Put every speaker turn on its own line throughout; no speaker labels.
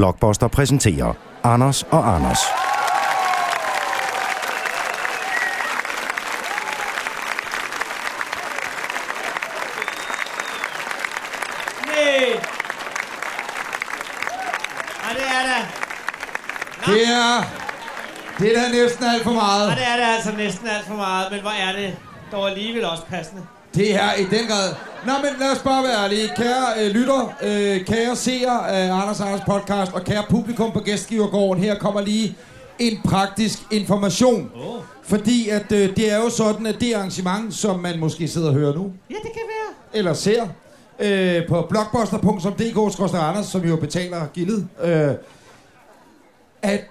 Blockbuster præsenterer Anders og Anders.
Nej. Ej, det er det.
Det er... Det er da næsten alt for meget.
Ej, det er det altså næsten alt for meget, men hvor er det dog alligevel også passende.
Det er i den grad... Nå, men lad os bare være ærlige. Kære øh, lytter, øh, kære seere af Anders og Anders podcast og kære publikum på Gæstgivergården, her kommer lige en praktisk information.
Åh.
Fordi at øh, det er jo sådan, at det arrangement, som man måske sidder og hører nu,
Ja, det kan være.
eller ser øh, på blockbuster.dk-anders, som jo betaler gildet, øh, at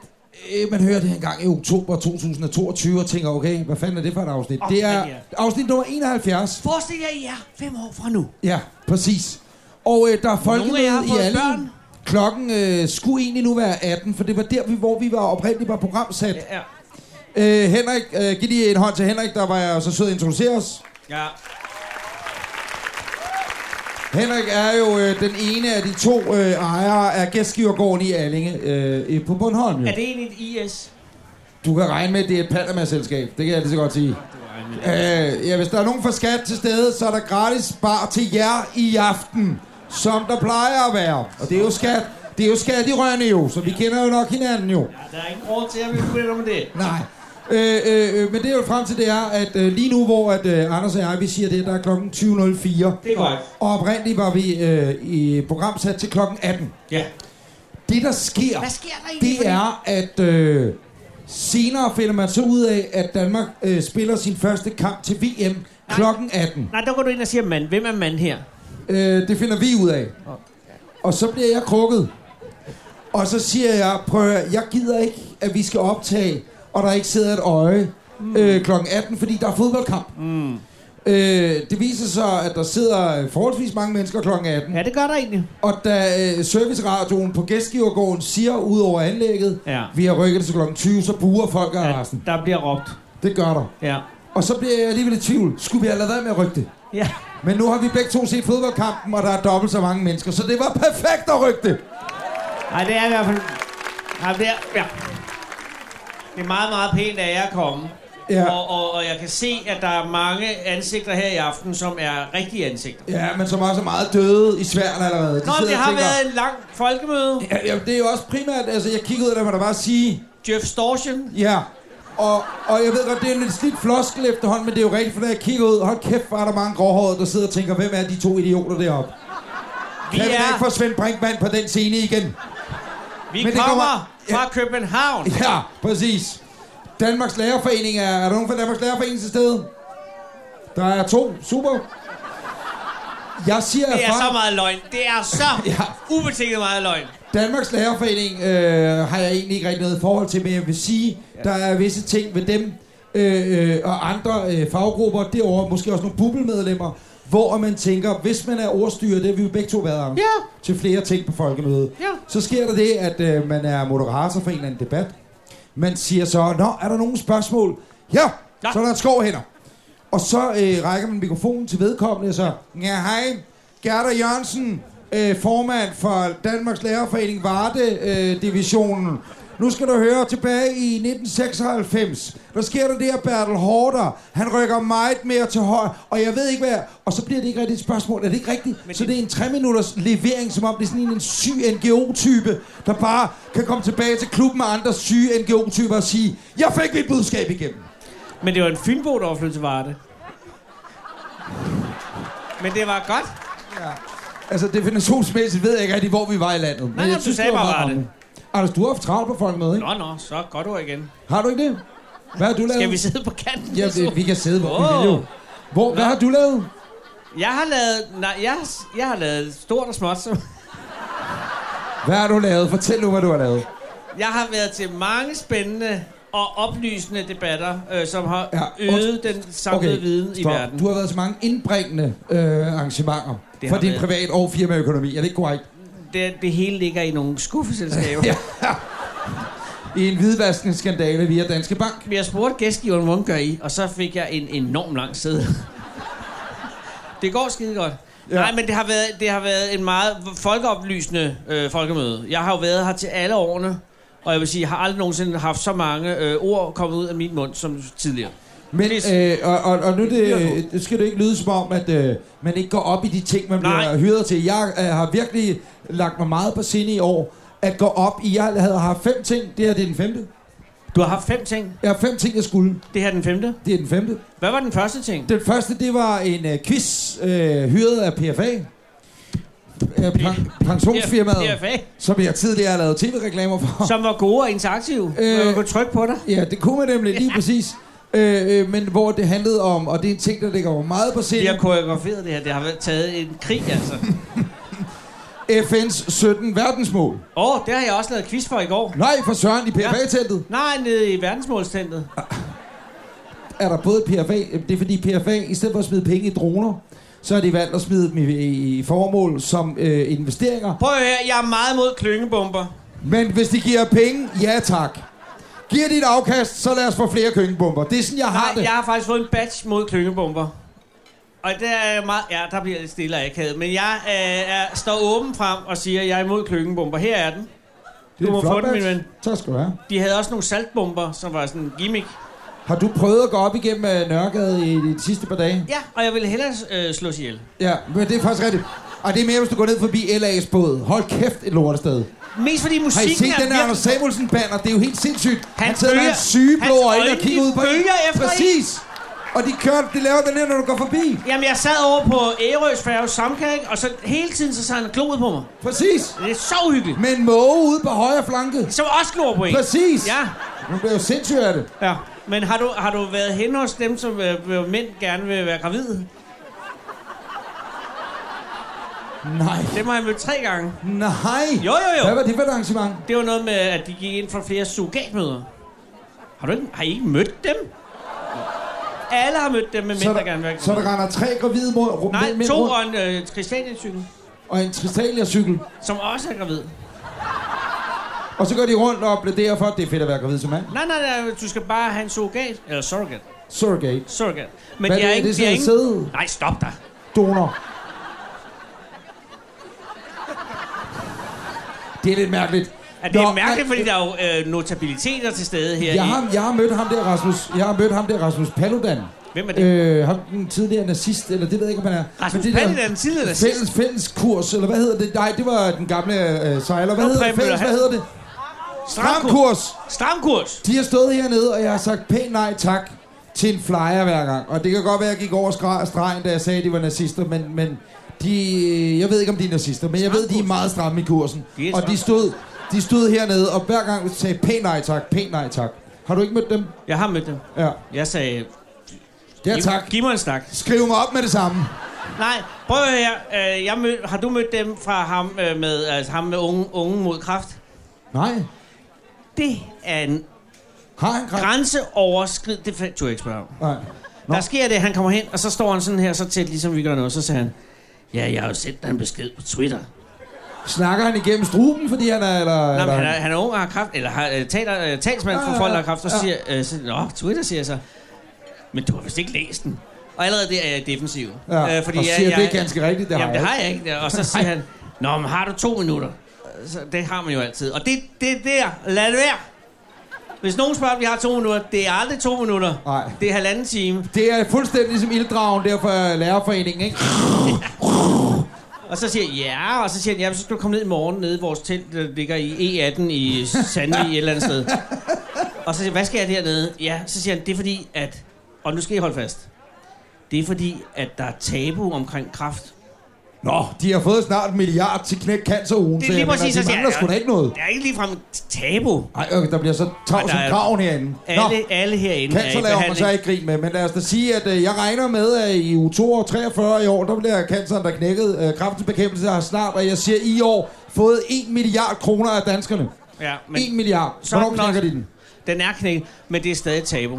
øh, man hører det en gang i oktober 2022 og tænker, okay, hvad fanden er det for et afsnit?
Åh,
det er
men ja.
afsnit nummer 71.
Forestil jer, I er fem år fra nu.
Ja, præcis. Og øh, der er folk
Nogle af jer har
i
fået
alle.
børn.
Klokken øh, skulle egentlig nu være 18, for det var der, vi, hvor vi var oprindeligt var programsat.
Ja, ja.
Øh, Henrik, øh, giv lige en hånd til Henrik, der var jeg så sød at introducere os.
ja.
Henrik er jo øh, den ene af de to øh, ejere af gæstgivergården i Allinge øh, øh, på Bornholm. Jo.
Er det egentlig et IS?
Du kan regne med, at det er et Panama-selskab. Det kan jeg lige så godt sige. Øh, ja, hvis der er nogen fra skat til stede, så er der gratis bar til jer i aften, som der plejer at være. Og det er jo skat. Det er jo skat i Rønne jo, så vi kender jo nok hinanden jo.
Ja, der er ingen grund til, at vi begynder med det.
Nej. Øh, øh, øh, men det er jo frem til, det er, at øh, lige nu, hvor at, øh, Anders og jeg, vi siger det, der er klokken 20.04. Det
Det er korrekt.
Og oprindeligt var vi øh, i programsat til klokken 18.
Ja.
Det, der sker,
Hvad sker der egentlig?
det er, at øh, senere finder man så ud af, at Danmark øh, spiller sin første kamp til VM klokken 18.
Nej, der går du ind og siger mand. Hvem er mand her?
Øh, det finder vi ud af. Og så bliver jeg krukket. Og så siger jeg, prøv at høre, jeg gider ikke, at vi skal optage, og der ikke sidder et øje
Mm.
øh, klokken 18, fordi der er fodboldkamp. Mm. Øh, det viser sig, at der sidder øh, forholdsvis mange mennesker klokken 18.
Ja, det gør der egentlig.
Og da øh, serviceradioen på Gæstgivergården siger ud over anlægget,
Ja.
vi har rykket det til klokken 20, så buer folk af
Ja,
ja.
der bliver råbt.
Det gør der.
Ja.
Og så bliver jeg alligevel i tvivl. Skulle vi have lavet være med at rykke det?
Ja.
Men nu har vi begge to set fodboldkampen, og der er dobbelt så mange mennesker, så det var perfekt at rykke det.
Nej, det er i hvert fald... Nej, det er... Ja. Det er meget, meget pænt af jer at komme.
Ja.
Og, og, og jeg kan se, at der er mange ansigter her i aften, som er rigtige ansigter.
Ja, men som også er meget døde i Sverige allerede.
Nå,
De
men
sidder
det
og
har
tænker,
været en lang folkemøde.
Ja, ja, det er jo også primært, altså jeg kiggede ud af dem, og der bare sige,
Jeff Storchen.
ja. Og, og jeg ved godt, det er en lidt slidt floskel efterhånden, men det er jo rigtigt, for når jeg kigger ud, hold kæft, var der mange gråhårede, der sidder og tænker, hvem er de to idioter deroppe?
Vi
Kan vi da
er...
ikke få Svend Brinkmann på den scene igen?
Vi
Men det
kommer,
kommer-
fra København.
Ja, præcis. Danmarks Lærerforening er... Er der nogen fra Danmarks Lærerforening til stede? Der er to. Super. Jeg siger, at
Det er
fra
så meget løgn. Det er så
Ja.
ubetinget meget løgn.
Danmarks Lærerforening øh, har jeg egentlig ikke rigtig noget forhold til, men jeg vil sige, ja. der er visse ting ved dem øh, øh, og andre øh, faggrupper derovre, måske også nogle bubbelmedlemmer, hvor man tænker, hvis man er ordstyrer, det har vi jo begge to været om,
Ja.
til flere ting på folkemødet,
Ja.
så sker der det, at øh, man er moderator for en eller anden debat. Man siger så, nå, er der nogen spørgsmål? Ja,
Ja.
ja. så er der et skov hænder. Og så øh, rækker man mikrofonen til vedkommende og så, ja hej, Gerda Jørgensen, øh, formand for Danmarks Lærerforening Varde-divisionen. nu skal du høre tilbage i 1996. Der sker der det, at Bertel Hårder, han rykker meget mere til højre, og jeg ved ikke hvad. Og så bliver det ikke rigtigt et spørgsmål. Er det ikke rigtigt?
Men
så
det-
det er en 3-minutters levering, som om det er sådan en en syg NGO-type, der bare kan komme tilbage til klubben med andre syge NGO-typer og sige, jeg fik mit budskab igennem.
Men det var en Fynbo, der var flyttet til Varde. Men det var godt.
Altså definitionsmæssigt ved jeg ikke rigtig, hvor vi var i landet. men
nej,
jeg
du sagde
var
bare,
meget
var det.
rammende. Anders, du har haft travlt på folkemødet, ikke?
Nå, nå, så godt du igen.
Har du ikke det? Hvad har du lavet?
Skal vi sidde på kanten?
Ja, vi, vi kan sidde, hvor vi vil
Åh.
jo. Hvor, hvad
Nå.
har du lavet?
Jeg har lavet... Nej, jeg, har- jeg har lavet stort og småt. som-
Hvad har du lavet? Fortæl nu, hvad du har lavet.
Jeg har været til mange spændende og oplysende debatter, øh, som har
Ja,
øget den samlede viden i
stop.
verden.
Du har været til mange indbringende øh, arrangementer
Det
for
har
din
været.
privat- og firmaøkonomi. Er det ikke korrekt?
Det, det hele ligger i nogle skuffeselskaber.
Ja. I en hvidvaskningsskandale via Danske Bank.
Men Jeg spurgte gæstgiveren, hvordan gør I? Og så fik jeg en enorm lang sæde. det går skide godt. Ja. Nej, men det har været, det har været en meget folkeoplysende øh, folkemøde. Jeg har jo været her til alle årene, og jeg vil sige, jeg har aldrig nogensinde haft så mange øh, ord kommet ud af min mund som tidligere.
Men,
Det
øh, og, og, og nu det,
Hyret
øh, det skal det ikke lyde som om, at øh, man ikke går op i de ting, man
Nej.
bliver hyret til. Jeg øh, har virkelig lagt mig meget på sinde i år, at gå op i. Jeg havde haft fem ting, det her det er den femte.
Du har haft fem ting.
Jeg har fem ting, jeg skulle.
Det her er den femte.
Det er den femte.
Hvad var den første ting?
Den første, det var en øh, quiz, øh, hyret af PFA. Øh, pen- pensionsfirmaet,
DFA,
som jeg tidligere har lavet tv-reklamer for.
som var gode og interaktive.
Øh.
Øh. Man kunne trykke på dig.
Ja, det kunne man nemlig lige præcis. Øh, øh, men hvor det handlede om, og det er en ting, der ligger mig meget på
Vi
sinde.
har koreograferet det her. Det har været- taget en krig, altså.
FN's 17 verdensmål.
Åh, oh, det har jeg også lavet quiz for i går.
Nej, for søren, i PFA-teltet
Nej, nede i verdensmålstentet.
er der både et PFA... Det er fordi PFA, i stedet for at smide penge i droner, så har de valgt at smide dem i, i formål som øh, investeringer.
Prøv at høre, jeg er meget mod klyngebomber.
Men hvis de giver penge, ja tak. Giver de et afkast, så lad os få flere køkkenbomber. Det er sådan, jeg har
Nej,
det.
jeg har faktisk fået en batch mod klyngebomber. Og det er jeg meget... Ja, der bliver jeg lidt stille og akavet. Men jeg øh, er, står åben frem og siger, at jeg er imod klyngebomber. Her er den.
Det er
Du
en
må
flot
få den, min
badge.
ven.
Tak skal du have.
De havde også nogle saltbomber, som var sådan en gimmick.
Har du prøvet at gå op igennem øh, Nørregade i de sidste par dage?
Ja, og jeg ville hellere øh, slås ihjel.
Ja, men det er faktisk rigtigt. Og det er mere, hvis du går ned forbi LA's båd. Hold kæft, et lortested.
Mest fordi
Har I
musikken
set
er
den der Anders
virkelig...
Samuelsen-banner? Det er jo helt sindssygt. Han, han sidder med
følger-
hans syge blå
hans
øjne og
øjne,
kigger
de
ud på
følger efter en.
Præcis. Og de kører, de laver den her, når du går forbi.
Jamen, jeg sad over på Ærøs færge samkæring, og så hele tiden så sad han og gloede på mig.
Præcis.
Det er så uhyggeligt.
Med en måge ude på højre flanke.
Som også glor på en.
Præcis.
Ja,
Nu bliver jeg jo sindssyg af det.
ja. Men har du, har du været hen hos dem, som øh, hvor mænd gerne vil være gravide?
Nej.
Dem har jeg mødt tre gange.
Nej.
Jo, jo, jo.
Hvad var det for et arrangement?
Det var noget med, at de gik ind for flere surrogatmøder. Har, du ikke, har I ikke mødt dem? Alle har mødt dem med mænd, der gerne vil være
så der
gravide.
render tre gravide mod rum,
Nej,
mænd- mænd
to
rundt,
og en øh, Christiania-cykel,
og en Tristalia-cykel.
som også er gravid.
Og så går de rundt og plæderer for, at det er fedt at være gravid som mand.
Nej, nej, nej, du skal bare have en surrogat. Eller surrogat.
Surrogate.
Surrogat. Men
Hvad
de
er
er
det?
ikke...
Det er
de er
sådan
ikke...
en sæde?
Nej, stop dig.
Donor. Det er lidt mærkeligt.
Er det er
Nå,
mærkeligt,
men-
fordi der er jo øh, notabiliteter til stede her
Jeg
i...
har, jeg har mødt ham der, Rasmus. Jeg har mødt ham der, Rasmus Paludan.
Hvem er det?
Øh, ham den tidligere nazist, eller det ved jeg ikke, om han er.
Rasmus
Men det der
Paludan, den tidligere nazist?
Fælles, fælles kurs, eller hvad hedder det? Nej, det var den gamle øh, sejler. Hvad
Nå,
hedder det?
Preben
Fælles,
Møller
hvad hedder det? Stram kurs.
Stram kurs.
De har stået hernede, og jeg har sagt pænt nej tak til en flyer hver gang. Og det kan godt være, at jeg gik over skra- stregen, da jeg sagde, at de var nazister, men, men de, øh, jeg ved ikke, om de er nazister, men jeg ved, de er meget stramme i kursen.
De er
Og
stramme.
de stod, de stod hernede, og hver gang sagde pænt nej tak, pænt nej tak. Har du ikke mødt dem?
Jeg har mødt dem.
Ja.
Jeg sagde...
Ja
"Giv-
tak.
Giv mig en snak.
Skriv mig op med det samme.
Nej, prøv at høre. her. Øh, Jeg mød, har du mødt dem fra ham øh, med, altså ham med unge, unge mod kraft?
Nej.
Det er en
Har han kræft?
grænseoverskrid. Det fandt du ikke spørge om.
Nej. Nå.
Der sker det, han kommer hen, og så står han sådan her, så tæt, ligesom vi gør nu. Så siger han, ja, jeg har jo sendt dig en besked på Twitter.
Snakker han igennem struben, fordi han er... Eller,
Nå, men
eller?
han, er, han er ung og har kraft, eller har, øh, taler, øh, talsmand
Ja,
for
ja,
folk, der
ja.
har kraft, og
Ja.
siger, øh, så, Nå, Twitter siger så, men du har vist ikke læst den. Og allerede det er jeg defensiv. Øh,
Ja, og siger, det er ganske rigtigt, det har
jamen,
jeg
det har jeg ikke. Og så siger han, nå, men har du to minutter? Så det har man jo altid. Og det, det er der. Lad det være. Hvis nogen spørger, om vi har to minutter, det er aldrig to minutter.
Nej.
Det er halvanden time.
Det er fuldstændig ligesom ilddragen der fra lærerforeningen, ikke?
Og så siger jeg, ja, og så siger han, ja, så skal du komme ned i morgen nede i vores telt, der ligger i E18 i Sandvig et eller andet sted. Og så siger jeg, hvad skal jeg dernede? Ja, så siger han, det er fordi, at... Og nu skal I holde fast. Det er fordi, at der er tabu omkring kraft.
Nå, de har fået snart en milliard til knæk cancerugen,
Det er lige præcis,
altså, de
så siger
mangler
jeg,
sgu da ikke noget.
Det er ikke ligefrem et tabu.
Ej, øh, der bliver så
Ej,
tavs
der
som
er-
kraven herinde.
Alle,
Nå,
alle herinde er i
cancer laver man så
behandling.
ikke grin med, men lad os da sige, at øh, jeg regner med, at i u 43 i år, der bliver canceren, der knækkede øh, kraftens bekæmpelse, har snart, og jeg siger i år, fået 1 milliard kroner af danskerne.
Ja,
Men, 1
men
milliard.
Så er
Hvornår
den også-
knækker de den?
den er knækket, men det er stadig et tabu.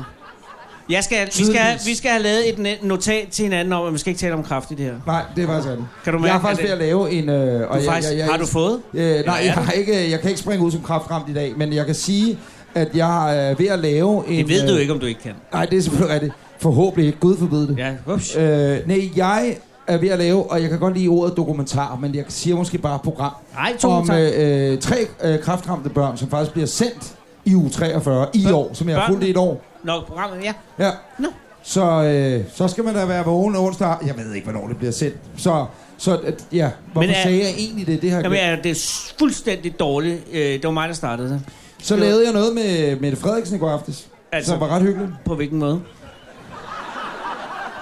Jeg skal, vi, skal, have- vi skal have lavet et ne- notat til hinanden om, at man skal ikke tale om kraft i det her.
Nej, det er faktisk rigtigt.
Kan du
jeg er
mærke,
faktisk
at
ved at lave en... Øh, og
Du faktisk, har du fået?
Øh,
er
nej, jeg,
det?
har ikke, jeg kan ikke springe ud som kraftramt i dag, men jeg kan sige, at jeg er ved at lave en...
Det ved du
øh,
ikke, om du ikke kan.
Nej, det er selvfølgelig rigtigt. Forhåbentlig ikke. Gud forbyde det.
Ja, ups.
Øh, nej, jeg er ved at lave, og jeg kan godt lide ordet dokumentar, men jeg siger måske bare program,
Nej, to
om
tak.
øh, øh, tre øh, kraftramte børn, som faktisk bliver sendt i u 43 i
Børn-
år, som jeg har fulgt i et år.
Nå, programmet, ja.
Ja.
Nå.
Så, øh, så skal man da være vågen onsdag. Jeg ved ikke, hvornår det bliver sendt. Så, så at, ja, hvorfor
Men er-
sagde jeg egentlig det? det her
Jamen, ja, det er s- fuldstændig dårligt. Øh, det var mig, der startede det.
Så lavede jeg noget med Mette Frederiksen i går aftes, altså,
Altså-
som var ret hyggeligt.
På hvilken måde?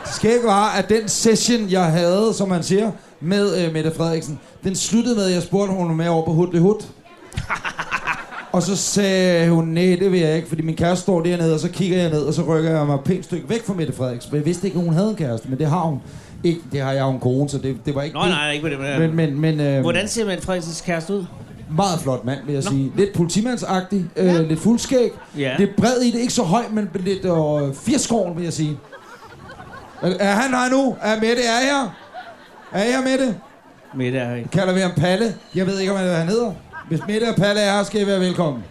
Det skægge var, at den session, jeg havde, som man siger, med øh, Mette Frederiksen, den sluttede med, at jeg spurgte, om hun var med over på Hut Le Hut. og så sagde hun, nej, det vil jeg ikke, fordi min kæreste står dernede, og så kigger jeg ned, og så rykker jeg mig et pænt stykke væk fra Mette Frederiksen. Men jeg vidste ikke, at hun havde en kæreste, men det har hun. Ikke, det har jeg jo en kone, så det, det var ikke
Nå,
det.
nej, ikke på det. Men,
Men,
men,
men, men øh,
Hvordan ser Mette Frederiksens kæreste ud?
meget flot mand, vil jeg
Nå.
sige. Lidt politimandsagtig, øh, lidt fuldskæg.
Ja.
Lidt bred i det, ikke så høj, men lidt øh, firskåren, vil jeg sige. Er, er han her nu? Er Mette er her? Er jeg Mette?
Mette er her ikke.
Kalder vi ham Palle? Jeg ved ikke, om han hedder. Hvis Mette og Palle er her, skal I være velkommen.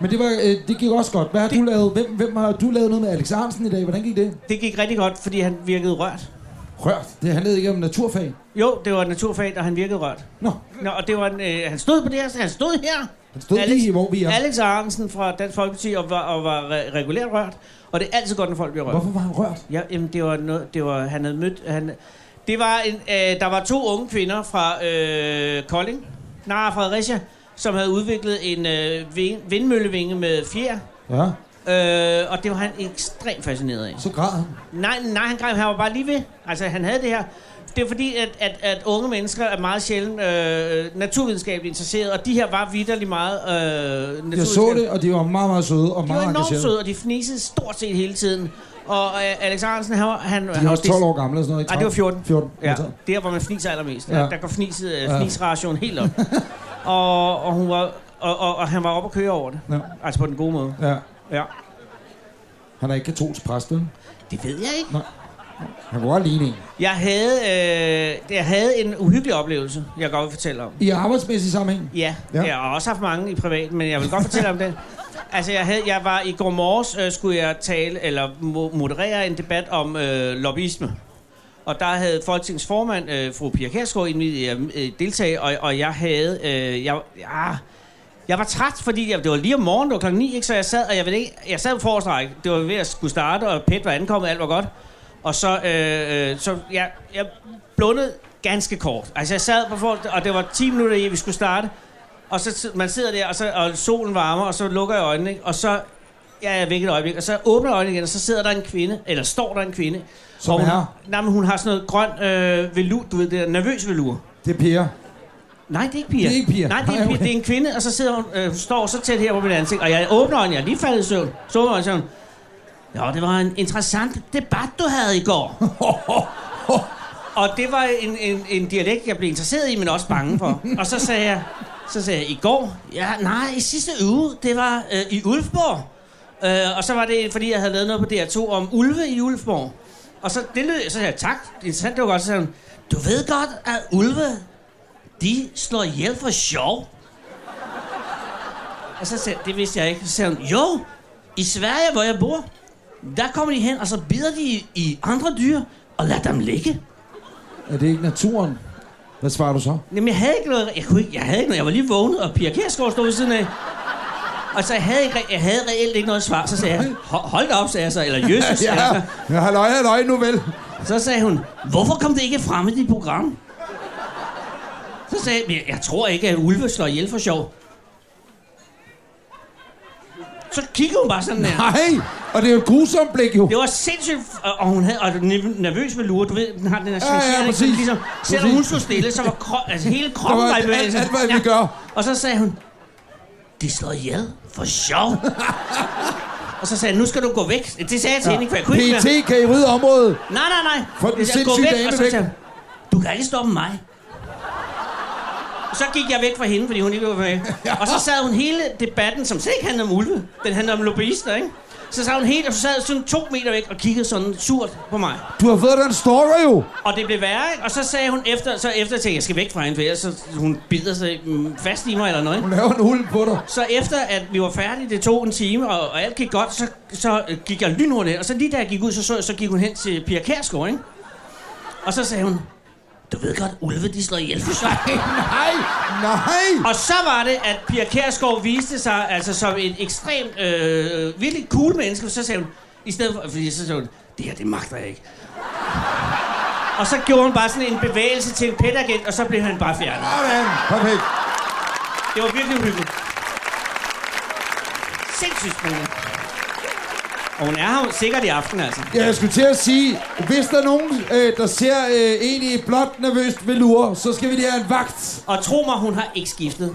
Men det, var, øh, det gik også godt. Hvad har det... du lavet? Hvem, hvem har du lavet noget med Alex Arnsen i dag? Hvordan gik det?
Det gik rigtig godt, fordi han virkede rørt.
Rørt. Det handlede ikke om naturfag.
Jo, det var et naturfag, og han virkede rørt.
Nå,
Nå, og det var en, øh, han stod på det her, så han stod her.
han stod Alex... lige, hvor vi er. Alex...
Alex Arnsen fra Dansk Folkeparti og var, og var re- regulært rørt. Og det er altid godt, når folk bliver rørt.
Hvorfor var han rørt?
Ja, jamen, det var noget, det var, han havde mødt, han, det var en, øh, der var to unge kvinder fra øh, Kolding, nej, Fredericia, som havde udviklet en øh, ving, vindmøllevinge med fjer,
Ja,
øh, og det var han ekstremt fascineret af.
så græd han.
Nej, nej, han greb, han var bare lige ved. Altså, han havde det her. Det er fordi, at, at, at unge mennesker er meget sjældent øh, naturvidenskabeligt interesseret, og de her var vidderligt meget øh, naturvidenskabeligt.
Jeg så det, og de var meget, meget søde og
De var
meget
enormt
engagerede.
søde, og de fnisede stort set hele tiden. Og øh, Alex Arensen, han var... Han,
De
han
er
var
også
dis-
12 år gamle og sådan noget, ikke?
Ej, det var 14.
14.
Ja,
Ja.
der hvor man fniser allermest.
Ja.
Ja. Der går fniset,
Ja.
øh, fnisrationen helt op. og, og, hun var, og, og, og han var oppe og køre over det.
Ja.
Altså på den gode måde.
ja.
Ja.
Han er ikke katolsk præst, vel?
Det ved jeg ikke.
Han kunne godt ligne en.
Jeg havde, øh, jeg havde en uhyggelig oplevelse, jeg godt vil fortælle om.
I arbejdsmæssig sammenhæng?
Ja,
Ja.
ja. jeg har også haft mange i privat, men jeg vil godt fortælle om det. Altså, jeg, havde, jeg var i går morges, øh, skulle jeg tale, eller mo- moderere en debat om øh, lobbyisme. Og der havde Folketingets formand, øh, fru Pia Kærsgaard, indvidet øh, deltage, og, og jeg havde... Øh, jeg, ja, jeg var træt, fordi jeg, det var lige om morgenen, det var klokken 9, ikke? så jeg sad, og jeg, ved ikke, jeg sad på forreste række. Det var ved at skulle starte, og PET var ankommet, alt var godt. Og så, øh, øh, så jeg, jeg blundede ganske kort. Altså jeg sad på forreste, og det var 10 minutter i, at vi skulle starte. Og så sid- man sidder der, og, så, og solen varmer, og så lukker jeg øjnene, ikke? og så ja, jeg er væk et øjeblik, og så åbner jeg øjnene igen, og så sidder der en kvinde, eller står der en kvinde.
Som
og hun,
er?
nej, men hun har sådan noget grøn øh, velur, du ved det der, nervøs velur.
Det er Pia.
Nej, det er ikke Pia.
Det er ikke Pia.
Nej, det er,
Nej,
ikke Pia.
okay.
det er en kvinde, og så sidder hun, øh, hun står så tæt her på mit ansigt, og jeg åbner øjnene, jeg er lige faldet i søvn. Så åbner jeg øjnene, og Ja, det var en interessant debat, du havde i går. og det var en, en, en dialekt, jeg blev interesseret i, men også bange for. Og så sagde jeg, så sagde jeg, i går? Ja, nej, i sidste uge, det var øh, i Ulfborg. Øh, og så var det, fordi jeg havde lavet noget på DR2 om ulve i Ulfborg. Og så, det lød, så sagde jeg, tak, interessant, det var godt. Så sagde hun, du ved godt, at ulve, de slår ihjel for sjov. Og så sagde jeg, det vidste jeg ikke. Så sagde hun, jo, i Sverige, hvor jeg bor, der kommer de hen, og så bider de i- i andre dyr, og lader dem ligge.
Er det ikke naturen? Hvad svarer du så?
Jamen, jeg havde ikke noget... Jeg, kunne ikke, jeg havde ikke noget. Jeg var lige vågnet, og Pia Kjærsgaard stod ved siden af. Og så jeg havde ikke, re- jeg havde reelt ikke noget svar. Så sagde jeg, "Ho- hold da op, sagde jeg så, eller jøsses.
Ja,
sagde jeg så.
ja halløj, halløj nu vel.
Så sagde hun, hvorfor kom det ikke frem i dit program? Så sagde jeg, "Men jeg tror ikke, at ulve slår ihjel for sjov. Så kiggede hun bare sådan der.
Nej, og det er jo et grusomt blik jo.
Det var sindssygt, og- og hun havde og nerv- nervøs ved lure, du ved, den har den her
Ja, ja,
sensering,
præcis.
som ligesom, selvom
Præcis.
hun stod stille, så var kro, altså hele
Der
kroppen
var
var i
alt-
bevægelse.
alt, hvad vi gør.
Og så sagde hun, de slår ihjel for sjov. og så sagde jeg, nu skal du gå væk. Det sagde jeg til ja. hende, for jeg kunne ikke
PET
mere.
kan I rydde området.
Nej, nej, nej.
Få den
Jeg sagde, "Gå
sindssyge dame
Og så
væk."
sagde hun, du kan ikke stoppe mig. Og så gik jeg væk fra hende, fordi hun ikke var med. Og så sad hun hele debatten, som slet ikke handlede om ulve. Den handlede om lobbyister, ikke? Så sad hun helt, og så sad sådan to meter væk og kiggede sådan surt på mig.
Du har fået dig en story jo.
Og det blev værre, ikke? Og så sagde hun efter, så efter tænkte jeg, jeg skal væk fra hende, for ellers så hun bider sig mm, fast i mig eller noget. ikke?
Hun laver en hul på dig.
Så efter at vi var færdige, det tog en time, og, og alt gik godt, så, så øh, gik jeg lynhurtigt hen. Og så lige da jeg gik ud, så, så, så gik hun hen til Pia Kærsgaard, ikke? Og så sagde hun, du ved godt, ulve de slår ihjel for sig.
Nej, nej.
Og så var det, at Pia Kærsgaard viste sig altså som en ekstremt, øh, virkelig cool menneske. Så sagde hun, i stedet for, fordi så sagde hun, det her, det magter jeg ikke. Og så gjorde hun bare sådan en bevægelse til en pædagent, og så blev han bare fjernet.
Sådan, perfekt.
Det var virkelig hyggeligt. Sindssygt spændende. Og hun er her sikkert i aften, altså.
Ja, jeg skulle til at sige, hvis der er nogen, øh, der ser øh, en i et blåt nervøst velure, så skal vi lige have en vagt.
Og tro mig, hun har ikke skiftet.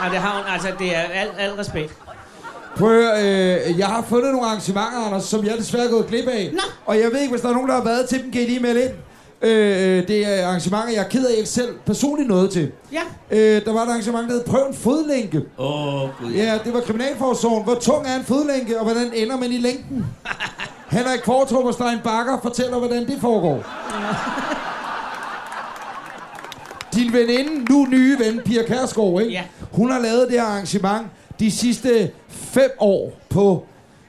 Nej, det har hun. Altså, det er al, al respekt.
Prøv at høre, øh, jeg har fundet nogle arrangementer, Anders, som jeg desværre er gået glip af.
Nå.
Og jeg ved ikke, hvis der er nogen, der har været til dem, kan I lige melde ind. Øh, øh, det er arrangementer, jeg er ked af, jeg ikke selv personligt noget til.
Ja.
Øh, der var et arrangement, der hed Prøv en fodlænke.
Åh, oh, gud.
Ja, det var Kriminalforsorgen. Hvor tung er en fodlænke, og hvordan ender man i længden? Henrik Kvartrup og Stein Bakker fortæller, hvordan det foregår. Din veninde, nu nye ven, Pia Kærsgaard, ikke?
Ja.
Hun har lavet det her arrangement de sidste fem år på...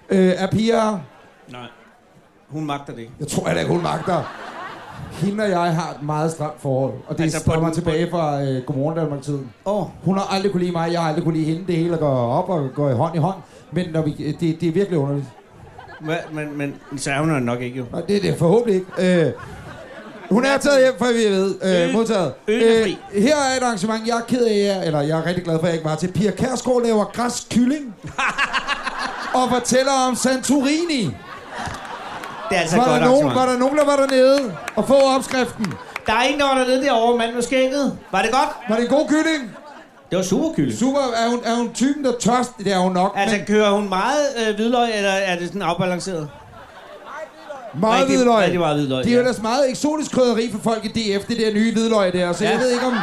Øh, er Pia...
Nej. Hun magter det ikke.
Jeg tror heller ikke, hun magter. Hende og jeg har et meget stramt forhold, og det
Altså,
altså,
på
stammer
den-
tilbage fra øh, Godmorgen Danmark-tiden.
Åh. Oh.
Hun har aldrig kunne lide mig, jeg har aldrig kunne lide hende. Det hele går op og går i hånd i hånd. Men når vi, det, det er virkelig underligt.
Men, men, men, så er hun her nok ikke, jo.
Nej, det er det forhåbentlig ikke. Øh, hun er taget hjem, for vi ved. Øh,
Øl-
modtaget. Øh,
øl er fri.
her er et arrangement, jeg er ked af, jer- eller jeg er rigtig glad for, at jeg ikke var til. Pia Kærsgaard laver græsk kylling. og fortæller om Santorini.
Det er altså
Var
et godt
der, nogen,
arrangement.
var der nogen, der var dernede og få opskriften?
Der er en, der var dernede derovre, mand med skægget. Var det godt?
Var det en god kylling?
Det var super kylde.
Super. Er hun, er hun typen, der tørst? Det er hun nok.
Altså,
men
kører hun meget øh, hvidløg, eller er det sådan afbalanceret?
meget
rigtig-
hvidløg.
rigtig meget hvidløg,
Det er jo
ja.
ellers meget eksotisk krydderi for folk i DF, det der nye hvidløg der. Så ja.
Ja.
jeg ved ikke, om,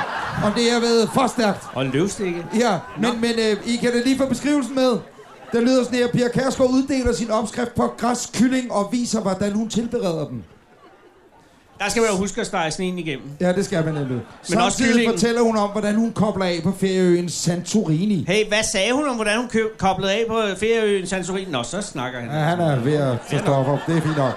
om det har været for stærkt.
Og løvstikke.
Ja, men, men øh, I kan da lige få beskrivelsen med. Den lyder sådan her. Pia Kærsgaard uddeler sin opskrift på græskylling og viser, hvordan hun tilbereder den.
Der skal man jo huske at stege sneen igennem.
Ja, det skal man nemlig.
Men også
Samtidig
kyllingen.
fortæller hun om, hvordan hun kobler af på ferieøen Santorini.
Hey, hvad sagde hun om, hvordan hun køb, koblede af på ferieøen Santorin? Nå, så snakker han.
Ja, han er ved at få stof op. Det er fint nok.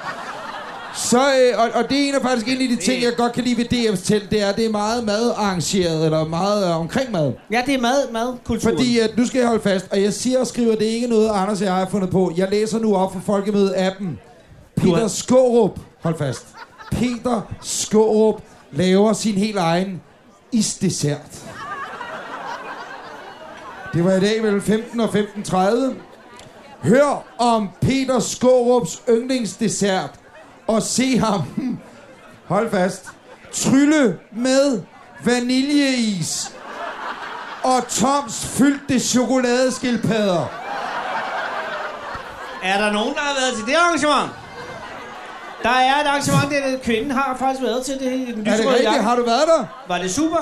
Så, øh, og, og det er en af faktisk en af de ting, jeg godt kan lide ved DF's telt, det er, at det er meget madarrangeret, eller meget øh, omkring mad.
Ja, det er mad, madkulturen.
Fordi at nu skal jeg holde fast, og jeg siger og skriver, det er ikke noget, Anders og jeg har fundet på. Jeg læser nu op fra Folkemøde-appen. Peter Skårup, hold fast. Peter Skårup laver sin helt egen isdessert. Det var i dag mellem 15 og 15.30. Hør om Peter Skårups yndlingsdessert, og se ham, hold fast, trylle med vaniljeis og Toms fyldte chokoladeskildpadder.
Er der nogen, der har været til det arrangement? Der er et arrangement, der kvinden har faktisk været til det. i Den
Er det
lyserøde
rigtigt?
jakke.
Har du været der?
Var det super?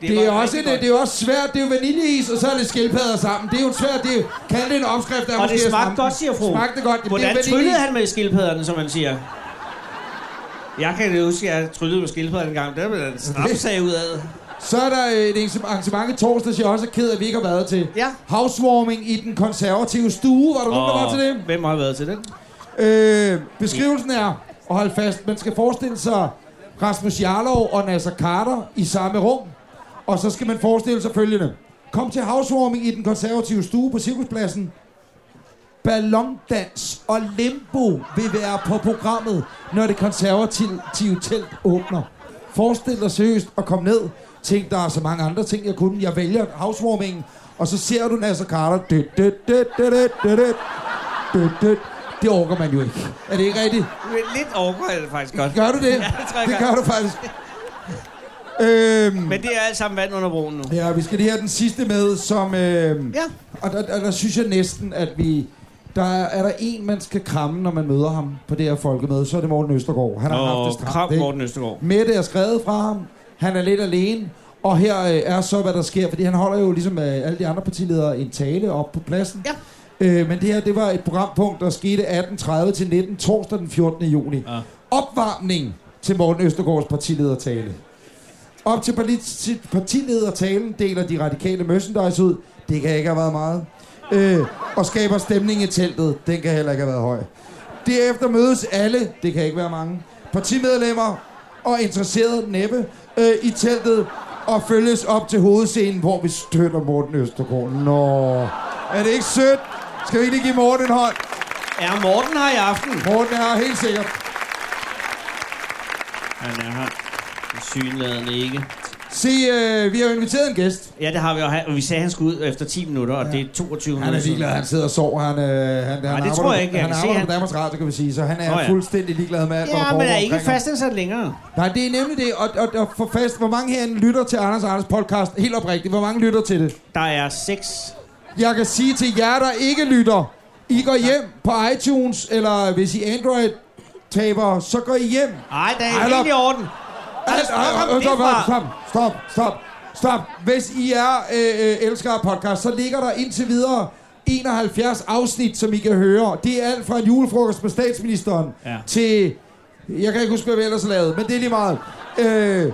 Det er,
var
også,
rigtig
det,
godt.
det er jo også svært. Det er jo vaniljeis, og så er det skildpadder sammen. Det er jo svært. Det er, jo- kald det en opskrift, der
Og
måske
det
er
smagte
stramt.
godt, siger fru.
Smagte godt. Jamen,
Hvordan
det er
tryllede
vaniljeis.
han med skildpadderne, som man siger? Jeg kan jo huske, at jeg tryllede med skildpadderne en gang. Der blev der en strafsag ud af.
Så er der øh, et arrangement i torsdags, jeg også er ked af, at vi ikke har været til.
Ja.
Housewarming i den konservative stue. Var der nogen, der var til det?
Hvem har været til den?
Øh, beskrivelsen er, og hold fast, man skal forestille sig Rasmus Jarlov og Nasser Carter i samme rum, og så skal man forestille sig følgende. Kom til housewarming i den konservative stue på Cirkuspladsen. Ballondans og limbo vil være på programmet, når det konservative telt åbner. Forestil dig seriøst at komme ned. Tænk, der er så mange andre ting, jeg kunne. Jeg vælger housewarmingen, og så ser du Nasser Carter. Død, død, død, død, død, død, død. Død, død. Det orker man jo ikke. Er det ikke rigtigt?
Men Lidt overgår jeg det faktisk godt.
Gør du det?
Ja, det tror jeg
det
godt.
gør du faktisk. øhm,
Men det er alt sammen vand under broen nu.
ja, vi skal lige have den sidste med, som... Øhm,
Ja.
Og der, der, der synes jeg næsten, at vi... Der er, er der en, man skal kramme, når man møder ham på det her folkemøde, så er det Morten Østergaard. Han har haft
Og
det stramt,
kram
ikke?
Morten Østergaard.
Mette er skrevet fra ham. Han er lidt alene. Og her øh, er så, hvad der sker. Fordi han holder jo, ligesom øh, alle de andre partiledere, en tale op på pladsen.
Ja.
Øh, men det her, det var et programpunkt, der skete 18.30 til 19, torsdag den 14. juni.
Ja.
Opvarmning til Morten Østergaards partiledertale. Op til parti- partiledertalen deler de radikale merchandise ud. Det kan ikke have været meget. Øh, og skaber stemning i teltet. Den kan heller ikke have været høj. Derefter mødes alle, det kan ikke være mange, partimedlemmer og interesserede næppe øh, i teltet og følges op til hovedscenen, hvor vi støtter Morten Østergaard. Nå, er det ikke sødt? Skal vi ikke give Morten en hånd?
Er Morten her i aften?
Morten er her helt sikkert.
Han er her. Synlædende ikke.
Se, øh, vi har jo inviteret en gæst.
Ja, det har vi jo. Han- Og vi sagde, at han skulle ud efter 10 minutter, og det er 22
Han er
minutter. siden.
ligeglad, han sidder og sover. Han, øh, han, han
Mm. det
arbejder
tror jeg
på-
ikke, jeg
Han
kan se,
arbejder
han-
på Danmarks Radio, kan vi sige, så han er
Nå ja.
fuldstændig ligeglad med alt, hvad der
Ja, men er
foregår
ikke
omkring ham.
fastansat længere.
Nej, det er nemlig det, og, og, og for fast, hvor mange herinde lytter til Anders og Anders podcast, helt oprigtigt, hvor mange lytter til det?
Der er seks.
Jeg kan sige til jer, der ikke lytter, I går hjem på iTunes, eller hvis I Android taber, så går I hjem.
Ej, der er
Ej, der-
helt i orden.
Ej,
Altså,
ej,
kom
ej, Stop,
lige fra.
stop, stop, stop, stop. Hvis I er øh, øh, elskere af podcast, så ligger der indtil videre 71 afsnit, som I kan høre. Det er alt fra en julefrokost med statsministeren
Ja.
til... Jeg kan ikke huske, hvad vi ellers lavede, men det er lige meget. Øh,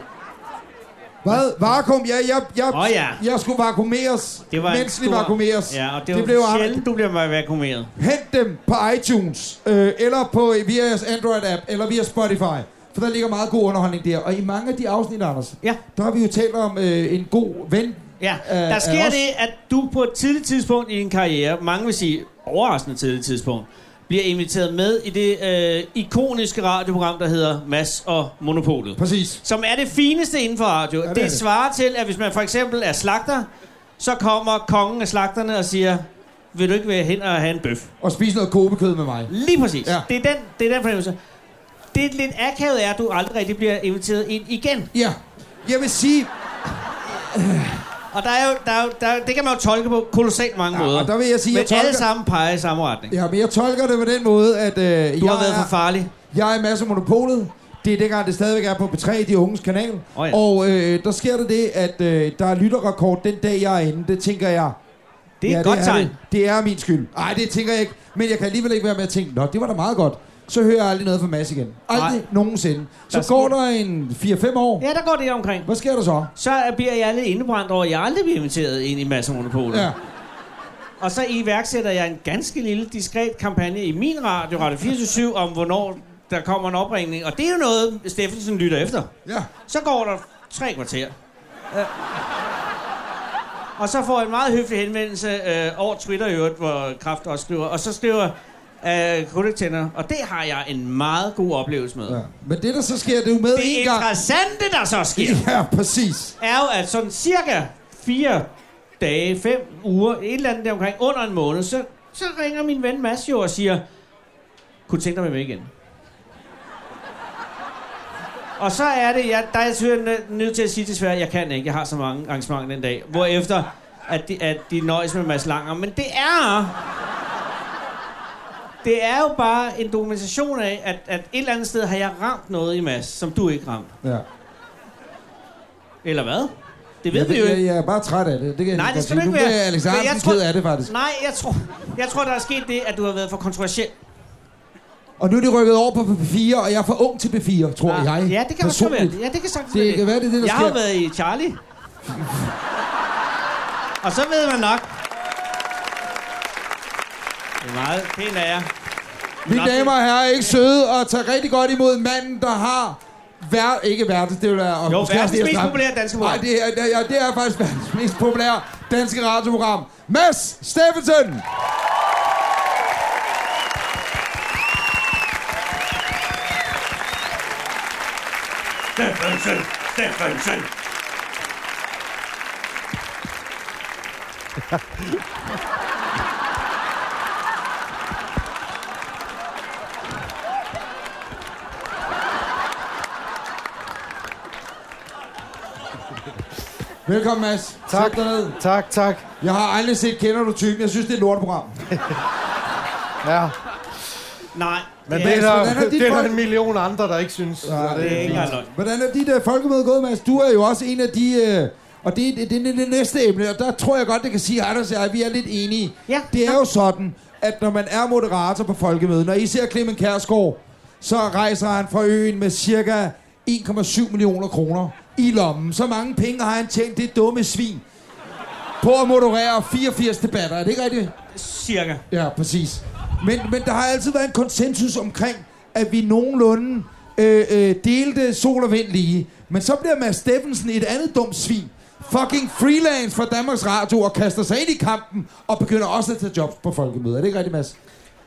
hvad? Vakuum? Ja, jeg, jeg,
Åh, ja.
jeg skulle vakuumeres.
Det var en
Menneskeligt
stor-
vakuumeres.
Ja, og det, det blev sjældent, du bliver vakuumeret.
Hent dem på iTunes, øh, eller på, via jeres Android-app, eller via Spotify. For der ligger meget god underholdning der. Og i mange af de afsnit, Anders,
Ja.
der har vi jo talt om øh, en god ven.
Ja,
af-
der
af
sker
os.
det, at du på et tidligt tidspunkt i din karriere, mange vil sige overraskende tidligt tidspunkt, bliver inviteret med i det øh, ikoniske radioprogram, der hedder Mass og Monopolet.
Præcis.
som er det fineste inden for radio. Ja,
det
det,
er
det
det.
svarer til, at hvis man for eksempel er slagter, så kommer kongen af slagterne og siger, vil du ikke være hen og have en bøf?
Og spise noget kobekød med mig.
Lige præcis.
Ja.
Ja. Det, er den, det er den fornemmelse. Det lidt akavet er, at du aldrig rigtig bliver inviteret ind igen.
Ja. Jeg vil sige,
Og der er jo, der er jo, der er, det kan man jo tolke på kolossalt mange
Ja,
måder.
og der vil jeg sige,
Men
jeg tolker-
alle sammen peger i samme retning.
ja, men jeg tolker det på den måde, at
Du
øh, jeg,
har været
er,
for farlig.
jeg er masser af monopolet. Det er dengang, det stadigvæk er på P3, de unges kanal.
Åh, ja.
Og øh, der sker der det, at øh, der er lytterrekord den dag, jeg er inde. Det tænker jeg,
Det er ja, et godt
det
tegn.
Det. det er min skyld. Nej, det tænker jeg ikke. Men jeg kan alligevel ikke være med at tænke, nå, det var da meget godt. Så hører jeg aldrig noget fra Mads igen. Aldrig
Nej.
nogensinde. Så
Der
der
sker-
går der en 4-5 år. Ja.
Ja, der går det omkring.
Hvad sker der så?
Så bliver jeg lidt indebrændt over, at jeg aldrig bliver inviteret ind i Mads og Monopolet.
Ja.
Og så iværksætter jeg en ganske lille, diskret kampagne i min radio, Radio 24 om hvornår der kommer en opringning. Og det er jo noget, Steffensen lytter efter.
ja.
Så går der tre kvarter. Øh. Og så får jeg en meget høflig henvendelse øh, over Twitter i øvrigt, hvor Kraft også skriver. Og så skriver øh, kunne du ikke tænde? og det har jeg en meget god oplevelse med.
ja. Men det, der så sker, det er jo med
Det
en gang.
interessante, der så sker,
Ja, præcis.
er jo, at sådan cirka fire dage, fem uger, et eller andet deromkring, under en måned, så, så ringer min ven Mads jo og siger, kunne du tænke dig at være med igen? Og så er det, jeg, der er jeg selvfølgelig nø- nødt til at sige desværre, at jeg kan ikke, jeg har så mange arrangementer den dag, hvorefter at de, at de nøjes med Mads Langer, men det er... Det er jo bare en dokumentation af, at, at et eller andet sted har jeg ramt noget i Mads, som du ikke ramte.
Ja.
Eller hvad? Det ved
jeg,
vi jo
jeg,
ikke.
jeg, er bare træt af det. det kan
Nej,
jeg
det skal du ikke
være. Nu
være.
bliver Alex
Men jeg
Arendt
tror-
ked af det, faktisk.
Nej, jeg tror, jeg tror, der er sket det, at du har været for kontroversiel.
Og nu er de rykket over på P4, og jeg er for ung til P4, tror jeg.
Ja, det kan også
Personligt.
være. Ja, det kan sagtens
Det kan være, det er det, der
Jeg har
sker.
været i Charlie. Og så ved man nok. Det er meget pænt af jer.
Mine
Nå, det-
damer og herrer, er ikke søde og tager rigtig godt imod manden, der har Vær, ikke verdens, det vil være... og
Jo,
måske også
verdens
det er
mest
stramt.
populære danske program.
Nej, det, er, det, er, det er faktisk verdens mest populære danske radioprogram. Mads Steffensen!
Steffensen! Steffensen!
Velkommen, Mads.
Tak,
Sæt dig ned.
tak, tak.
Jeg har aldrig set Kender du typen. Jeg synes, det er et lorteprogram.
Ja.
Nej,
Men
det er,
det, er der,
hvordan er dit
det er der
folk-
en million andre, der ikke synes. Ja,
det er ikke
fint.
engang løgn.
Hvordan er dit uh, folkemøde gået, Mads? Du er jo også en af de... Øh, og det, det, det, det, det næste emne, og der tror jeg godt, det kan sige, Anders og jeg, vi er lidt enige.
Ja.
Det er jo sådan, at når man er moderator på folkemødet, når I ser Clemen Kærsgaard, så rejser han fra øen med cirka 1,7 millioner kroner i lommen. Så mange penge har han tjent, det dumme svin, på at moderere 84 debatter. Er det ikke rigtigt?
cirka.
Ja, præcis. Men, men der har altid været en konsensus omkring, at vi nogenlunde øh, øh, delte sol og vind lige. Men så bliver Mads Steffensen et andet dumt svin. Fucking freelance fra Danmarks Radio og kaster sig ind i kampen og begynder også at tage jobs på folkemøder. Er det ikke rigtigt, Mads?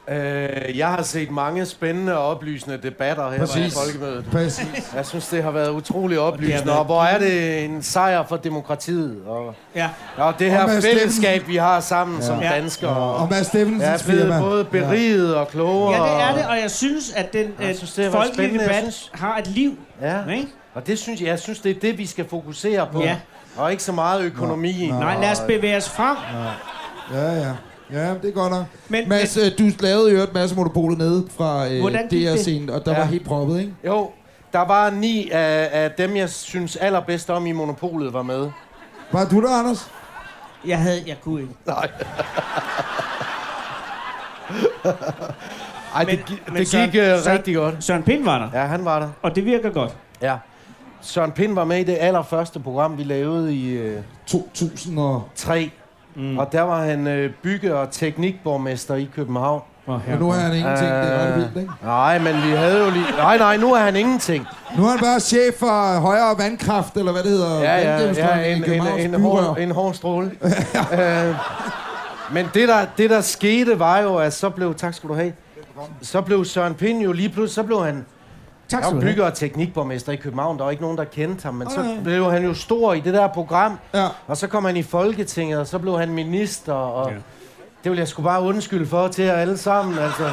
Øh, jeg har set mange spændende og oplysende debatter her på
Præcis.
Folkemødet.
Præcis.
Jeg synes, det har været utrolig
har
oplysende,
været-
og hvor er det en sejr for demokratiet. Og,
Ja.
og det
Og
her
Mads
fællesskab, vi har sammen som
Ja.
danskere.
Og Mads Steffensens
Jeg er blevet både beriget og klogere.
ja, det er det, og jeg synes, at den
Jeg
øh,
synes, det har været
folkelige
spændende. Jeg
debat
synes-
har et liv.
Ja.
Ikke?
Og det synes jeg, jeg synes, det er det, vi skal fokusere på.
Ja.
Og ikke så meget økonomien.
Nej, lad os bevæge os frem.
Ja, ja. Ja, det er godt nok.
Men-
Men, Mads, øh, du lavede jo et masse monopolet nede fra øh,
Hvordan gik det?
DR-scenen, og der
Ja.
var helt proppet, ikke?
Jo, der var ni af, af dem, jeg synes allerbedst om i Monopolet var med.
Var du der, Anders?
Jeg havde, jeg kunne ikke.
Ej,
Men-
det, gi-
men
det
Søren-
gik øh,
Søren-
rigtig godt.
Søren Pind var der,
Ja, han var der.
og det virker godt.
Ja. Søren Pind var med i det allerførste program, vi lavede i øh,
2000 og...
3. Mm. Og der var han øh, bygge- og teknikborgmester i København.
Åh,
Ja, nu er han ingenting, det er ret
Øh,
vildt, ikke?
Nej, men vi havde jo lige... Nej, nej, nu er han ingenting.
Nu er han bare chef for højere vandkraft, eller hvad det hedder.
Ja, ja, ja
vandgennemstrømning i
en, en,
Københavns
en, en,
byrør.
hård, en hård stråle. øh, men det der, det, der skete, var jo, at så blev... Tak skal du have. Så blev Søren Pind jo lige pludselig... Så blev han
Tak
Jeg
skal
var
du have.
bygger og teknikborgmester i København. Der var ikke nogen, der kendte ham. Men så
nej.
blev han jo stor i det der program.
Ja.
Og så kom han i Folketinget, og så blev han minister. Og
Ja.
ja. Det ville jeg sgu bare undskylde for til jer alle sammen. Altså.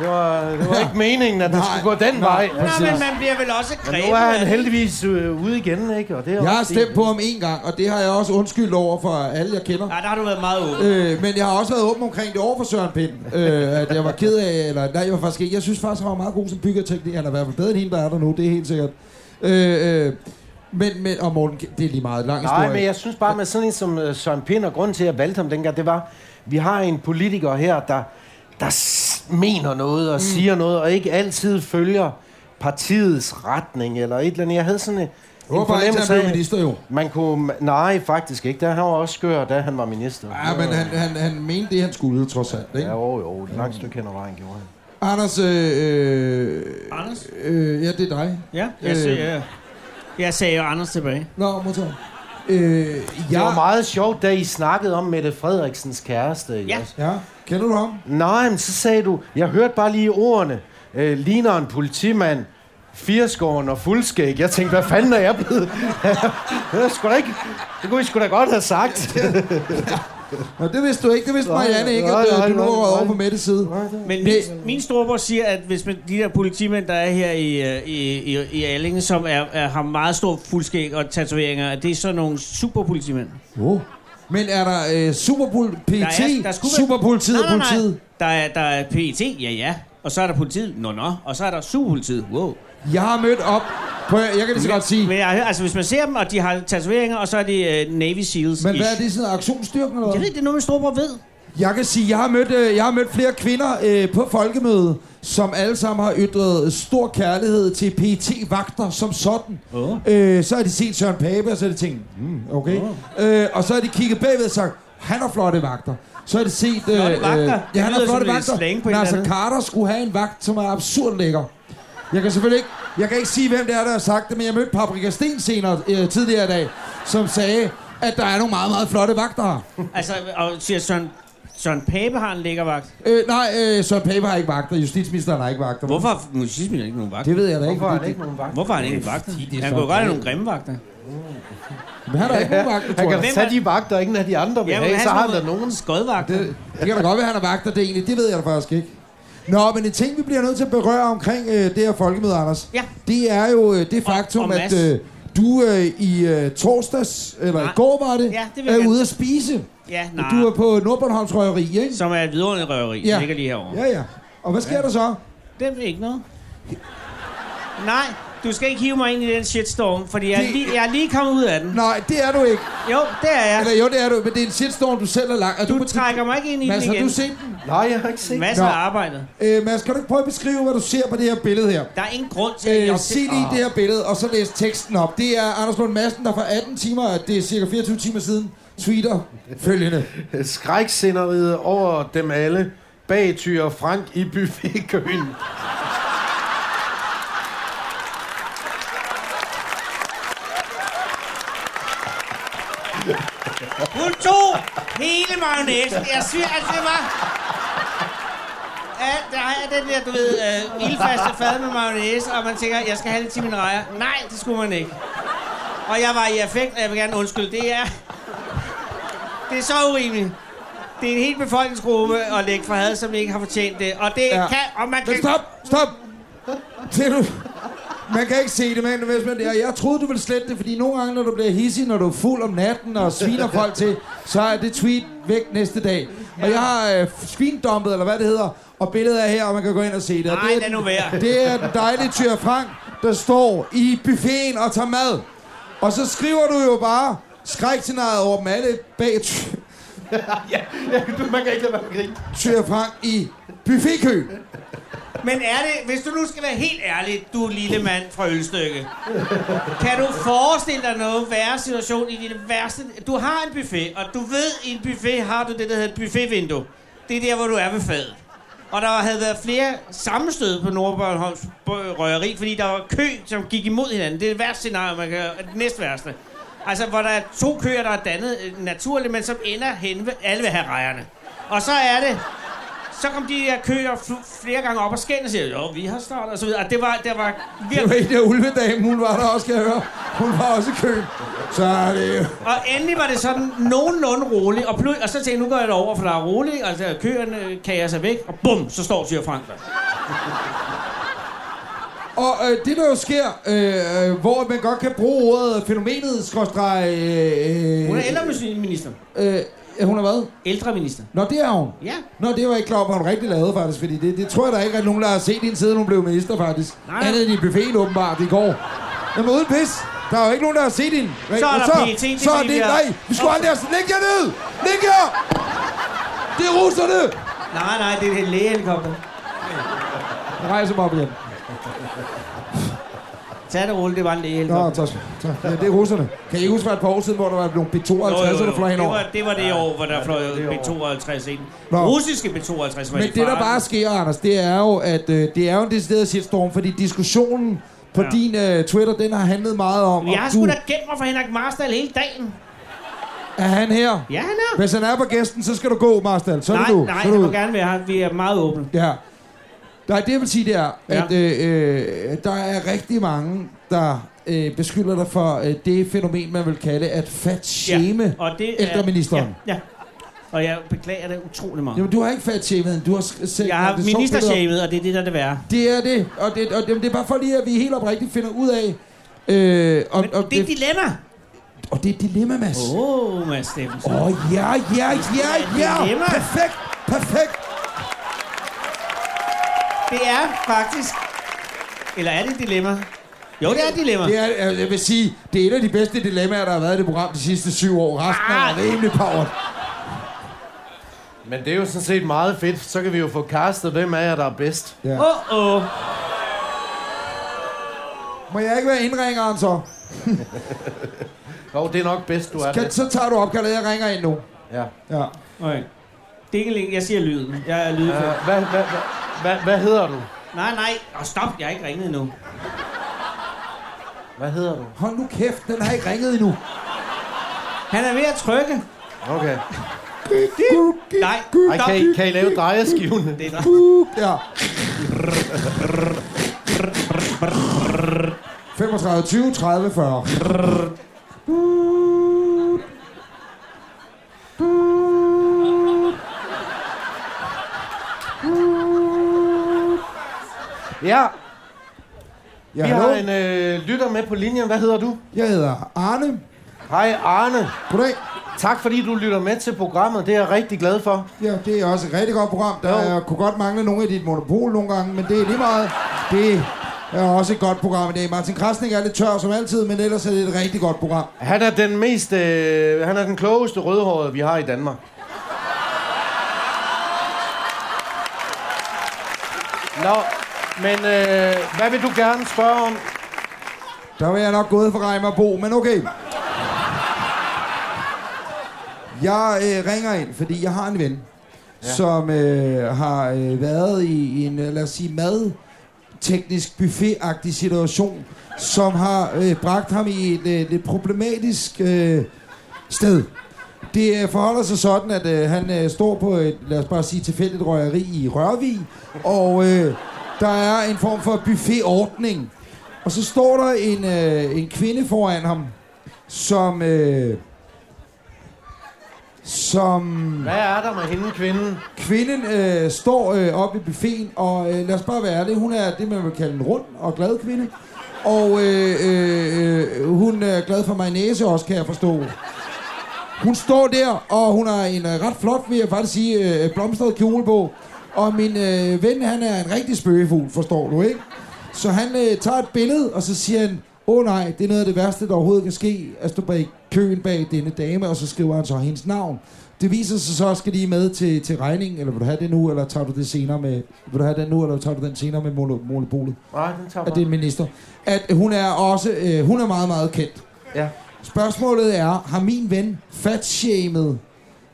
Det var, det var ikke meningen, at det
Nej,
skulle gå den
nej,
vej.
Nå,
Altså.
men man bliver vel også
Men
grebet.
nu er han
af-
heldigvis øh, ude igen, ikke? Og det er
Jeg har
også
stemt på
fint.
ham en gang, og det har jeg også undskyldt over for alle, jeg kender.
Nej, der har du været meget åben.
Øh, men jeg har også været åben omkring det over for Søren Pind, øh, at jeg var ked af, eller nej, jeg var faktisk ikke. Jeg synes faktisk, han var meget god som byggeteknik. Han er i hvert fald bedre end hende, der er der nu, det er helt sikkert. Øh, øh, men, men, og Morten, det er lige meget lang historie.
Nej, men jeg synes bare, med sådan en som øh, Søren Pind, og grunden til, at jeg valgte ham dengang, det var, vi har en politiker her, der, der s- mener noget og mm. siger noget, og ikke altid følger partiets retning eller et eller andet. Jeg havde sådan en, en
Hvorfor er ikke, han blev
af-
minister jo?
Man kunne... Nej, faktisk ikke. Der, han var også skør, da han var minister.
Ja, men han, han, han mente det, han skulle, trods alt. Ikke?
Ja, jo, jo. Et langt stykke hen ad vejen gjorde han.
Anders, øh, øh,
Anders?
øh, ja, det er dig.
Ja, jeg, øh.
Øh.
siger, jeg, jeg sagde jo Anders tilbage.
Nå, motor. Øh,
Det var
ja,
meget sjovt, da I snakkede om Mette Frederiksens kæreste. ikke
Ja.
også?
ja, kender du ham?
Nej, men så sagde du, jeg hørte bare lige ordene. Øh, ligner en politimand, firskåren og fuldskæg. Jeg tænkte, hvad fanden er jeg blevet? det, er sgu da ikke, det kunne I sgu da godt have sagt.
Nå, det vidste du ikke, det vidste
Nej,
Marianne ikke,
nej,
at øh,
nej,
du nu
nej,
var
nej.
over på Mettes side.
Men min, min storebror siger, at hvis man, de der politimænd, der er her i, øh, i, i, i Allinge, som er, er, har meget stor fuldskæg og tatoveringer, at det er sådan nogle superpolitimænd.
Oh. Men er der øh, superpol PT,
der skulle være-
superpolitiet og politiet?
Der er, der er PET, ja ja. Og så er der politiet, nå nå. Og så er der superpolitiet, wow.
Jeg har mødt op på, jeg kan lige så godt sige,
Men jeg, altså, hvis man ser dem, og de har tatoveringer, og så er de uh, Navy Seals.
men hvad er det, sådan noget aktionsstyrken eller
Jeg
hvad?
ved, det er noget, min storebror ved.
Jeg kan sige, jeg har mødt, øh, jeg har mødt flere kvinder øh, på folkemødet, som alle sammen har ytret stor kærlighed til pt vagter som sådan.
Åh.
Øh, så har de set Søren Pape, og så har de tænkt, mm, okay. Øh, og så har de kigget bagved og sagt, han har flotte vagter. Så har de set... Øh,
Flotte vagter? Det
ja, han
lyder
har
som
flotte
lidt
vagter.
slang på et eller
Nasser
andet.
Carter skulle have en vagt, som er absurd lækker. Jeg kan selvfølgelig ikke, jeg kan ikke sige, hvem det er, der har sagt det, men jeg mødte Paprika Sten senere øh, tidligere i dag, som sagde, at der er nogle meget, meget flotte vagter her.
Altså, og siger Søren, Søren Pape har en lækker vagt.
Øh, nej, øh, Søren Pape har ikke vagter. Justitsministeren har ikke vagter.
Hvorfor har justitsministeren ikke nogen vagt?
Det ved jeg da ikke.
Hvorfor har
fordi
han ikke nogen vagt?
Hvorfor har han ikke en vagt?
er
Han
Søren
kunne godt have
Pape.
nogle grimme vagter.
det- Men han har ikke nogen vagter,
Han
tror
kan
jeg.
da tage de vagter, ingen af de andre vil have, så har han da nogen.
skodvagter.
Det, det kan da godt være, han har vagter, det egentlig. Det ved jeg da faktisk ikke. Nå, men en ting, vi bliver nødt til at berøre omkring øh, det her folkemøde, Anders.
Ja.
Det er jo øh, det
Og-
faktum,
og
at
Mads.
øh, du øh, i øh, torsdags, eller
Nej.
i går var
Ja,
det,
det vil jeg
er
gerne.
ude at spise.
Ja,
Du
nej.
er på Nordbornholms Røgeri, ikke?
Som er et vidunderligt røveri, ja.
Ja.
ligger lige herovre. Ja.
Ja, ja. Og hvad sker der så?
Det er ikke noget. Nej, du skal ikke hive mig ind i den shitstorm, fordi jeg, er
Det-
lige, jeg er lige kommet ud af den.
Nej, det er du ikke.
Jo, det er jeg.
Eller jo, det er du, men det er en shitstorm, du selv har lagt. Er
Du
på-
trækker mig ikke ind i
Mads,
den
har
igen.
du set den?
Nej, jeg har ikke set
Masser af
Nå.
arbejde.
Øh, Mads, kan du ikke prøve at beskrive, hvad du ser på det her billede her?
Der er Ah. ingen grund til, at jeg...
Øh, se lige det her billede, og så læs teksten op. Det er Anders Lund Madsen, der for 18 timer, det er cirka 24 timer siden, tweeter følgende.
Skræksceneriet over dem alle. Bagtyr Frank i buffetkøen.
Du tog hele magnæsen. Jeg siger, at det var... Ja, der er den der, du ved, øh, ildfaste fad med mayonnaise, og man tænker, jeg skal have lidt til min rejer. Nej, det skulle man ikke. Og jeg var i affekt, og jeg vil gerne undskylde. Det er... Det er så urimeligt. Det er en hel befolkningsgruppe at lægge for had, som ikke har fortjent det. Og det
Ja.
ja. kan... Og man kan...
Men stop, stop. Ser du? Man kan ikke se det, men hvis man det er. Jeg troede, du ville slette det, fordi nogle gange, når du bliver hissig, når du er fuld om natten og sviner folk til, så er det tweet væk næste dag. Og jeg har øh, svindumpet, eller hvad det hedder, og billedet er her, og man kan gå ind og se det. Og
Nej,
det er,
lad nu være.
Det er den dejlige Tyre Frank, der står i buffeten og tager mad. Og så skriver du jo bare skrækscenariet over dem alle bag Ty-
ja, ja, du, man kan ikke lade være med at grine.
Tyre Frank i buffetkø.
Men er det, hvis du nu skal være helt ærlig, du lille mand fra Ølstykke, kan du forestille dig noget værre situation i din værste... Du har en buffet, og du ved, i en buffet har du det, der hedder et buffetvindue. Det er der, hvor du er ved fadet. Og der havde været flere sammenstød på Nordbornholms røgeri, fordi der var kø, som gik imod hinanden. Det er det værste scenarie, man kan Det næst værste. Altså, hvor der er to køer, der er dannet øh, naturligt, men som ender hen ved... Alle vil have rejerne. Og så er det, så kom de her køer fl- flere gange op og skændte og siger, jo, vi har snart, og så videre. Og det var, det var
Det var
virkelig...
ikke der ulvedame, hun var der også, kan jeg høre. Hun var også i køen. Så er det jo...
Og endelig var det sådan nogenlunde roligt, og, plu- og så tænkte jeg, nu går jeg derover, for der er roligt, og der køerne øh, kager sig væk, og bum, så står Tyre Frank der.
Og øh, det der jo sker, øh, øh, hvor man godt kan bruge ordet fænomenet, skråstreg... Øh,
Hun er ældreminister.
Øh, ja, hun er hvad?
Ældreminister.
Nå, det er hun.
Ja.
Nå, det var jeg ikke klar over, hvad hun rigtig lavede, faktisk. Fordi det, det tror jeg, der er ikke rigtig nogen, der har set hende siden hun blev minister, faktisk.
Nej.
Andet end i buffeten, åbenbart, i går. Jamen, uden pis. Der er jo ikke nogen, der har set hende.
Så er
Og
der PET,
så,
det
så er
bliver-
det... Nej, vi skulle aldrig have... Læg jer ned! Læg jer! Det er russerne!
Nej, nej, det er en lægehelikopter.
Jeg rejser mig op igen.
Tag det roligt, det var en
Nå,
lægehelikopter.
tak. tak. Ja, det er russerne. Kan I huske, for et par år siden, hvor der var nogle B-52, der fløj
det,
henover?
var, det var det år, hvor der fløj B-52 ind.
Nå.
Russiske B-52 var
Men
i
det, der
farten.
bare sker, Anders, det er jo, at øh, det er jo en decideret shitstorm, fordi diskussionen på ja.
Ja.
din øh, Twitter, den har handlet meget om,
Jeg har
om
sgu
du
da gemt mig for Henrik Marstal hele dagen.
er han her.
Ja, han er.
Hvis han er på gæsten, så skal du gå, Marstal. Så er
Nej,
det du.
nej,
så er
jeg
du.
må gerne være her. Vi er meget åbne.
Ja. Nej, det jeg vil sige, det er,
Ja.
at øh, øh, der er rigtig mange, der øh, beskylder dig for øh, det fænomen, man vil kalde at fat shame ja.
Og det er-
ældreministeren.
Ja, ja. Og jeg beklager det utrolig meget.
Jamen, du har ikke fat shamed, du har sk- selv...
Jeg har
det er sjovt, det der-
ministershavet, og det er det, der er det værre.
Det er det, og det, og det, det er bare for lige, at vi helt oprigtigt finder ud af... Øh, og,
Men
og,
det er et dilemma.
og det er et dilemma, Mads. Åh,
Åh, oh, Mads Steffensen.
oh. oh, ja, ja, ja,
Det er et
ja!
dilemma.
Perfekt, perfekt!
Det er faktisk... Eller er det et dilemma? Jo, det er et dilemma.
Det er, altså, jeg jeg vil sige, det er et af de bedste dilemmaer, der har været i det program de sidste syv år. Resten
Ah.
er rimelig powered.
Men det er jo sådan set meget fedt. Så kan vi jo få castet, hvem af jer, der er bedst.
Ja.
Åh, åh. Oh,
Må jeg ikke være indringeren så?
Jo, det er nok bedst, du er
Kan,
det.
så tager du opkaldet, jeg ringer ind nu.
Ja.
Ja.
Okay. Dingeling, jeg siger lyden. Jeg er lyd.
Øh, Hvad, hvad, hvad, hvad, hvad hedder du?
Nej, nej. Og oh, stop, jeg har ikke ringet endnu.
Hvad hedder du?
Hold nu kæft, den har ikke ringet endnu.
Han er ved at trykke.
Okay.
Nej,
Ej,
stop.
kan, I, kan I lave drejeskivene?
Det er
Ja. 35, 20, 30, 40.
Ja,
Ja,
vi har
hallo.
en øh, lytter med på linjen. Hvad hedder du?
Jeg hedder Arne.
Hej Arne.
Goddag.
Tak fordi du lytter med til programmet. Det er jeg rigtig glad for.
Ja, det er også et rigtig godt program. Der
Jo.
er, kunne godt mangle nogle af dit monopol nogle gange, men det er lige meget. Det er også et godt program i dag. Martin Krasnik er lidt tør som altid, men ellers er det et rigtig godt program.
Han er den mest, øh, han er den klogeste rødhårede, vi har i Danmark. Nå, men øh, hvad vil du gerne spørge om?
Der var jeg nok gået for Reimer Bo, men okay. Jeg øh, ringer ind, fordi jeg har en ven, ja. som øh, har øh, været i, i en, øh, lad os sige, madteknisk buffetagtig situation, som har øh, bragt ham i et øh, lidt problematisk øh, sted. Det øh, forholder sig sådan, at øh, han øh, står på et, lad os bare sige, tilfældigt røgeri i Rørvig, og øh, der er en form for buffetordning. Og så står der en, øh, en kvinde foran ham, som... Øh, som
Hvad er der med hende, kvinden?
Kvinden øh, står øh, oppe i buffeten, og øh, lad os bare være ærlige, hun er det, man vil kalde en rund og glad kvinde. Og øh, øh, øh, hun er glad for mayonnaise også, kan jeg forstå. Hun står der, og hun har en øh, ret flot, vil jeg faktisk sige, øh, blomstret kjole på. Og min øh, ven, han er en rigtig spøgefugl, forstår du, ikke? Så han øh, tager et billede, og så siger han, åh oh, nej, det er noget af det værste, der overhovedet kan ske, Altså, at stå bag køen bag denne dame, og så skriver han så hendes navn. Det viser sig så, skal de med til, til regningen, eller vil du have det nu, eller tager du det senere med, vil du have den nu, eller tager du den senere med Mole, Mole Bolet?
Nej, den tager
At det er
bare.
en minister. At hun er også, øh, hun er meget, meget kendt.
Ja.
Spørgsmålet er, har min ven fatshamed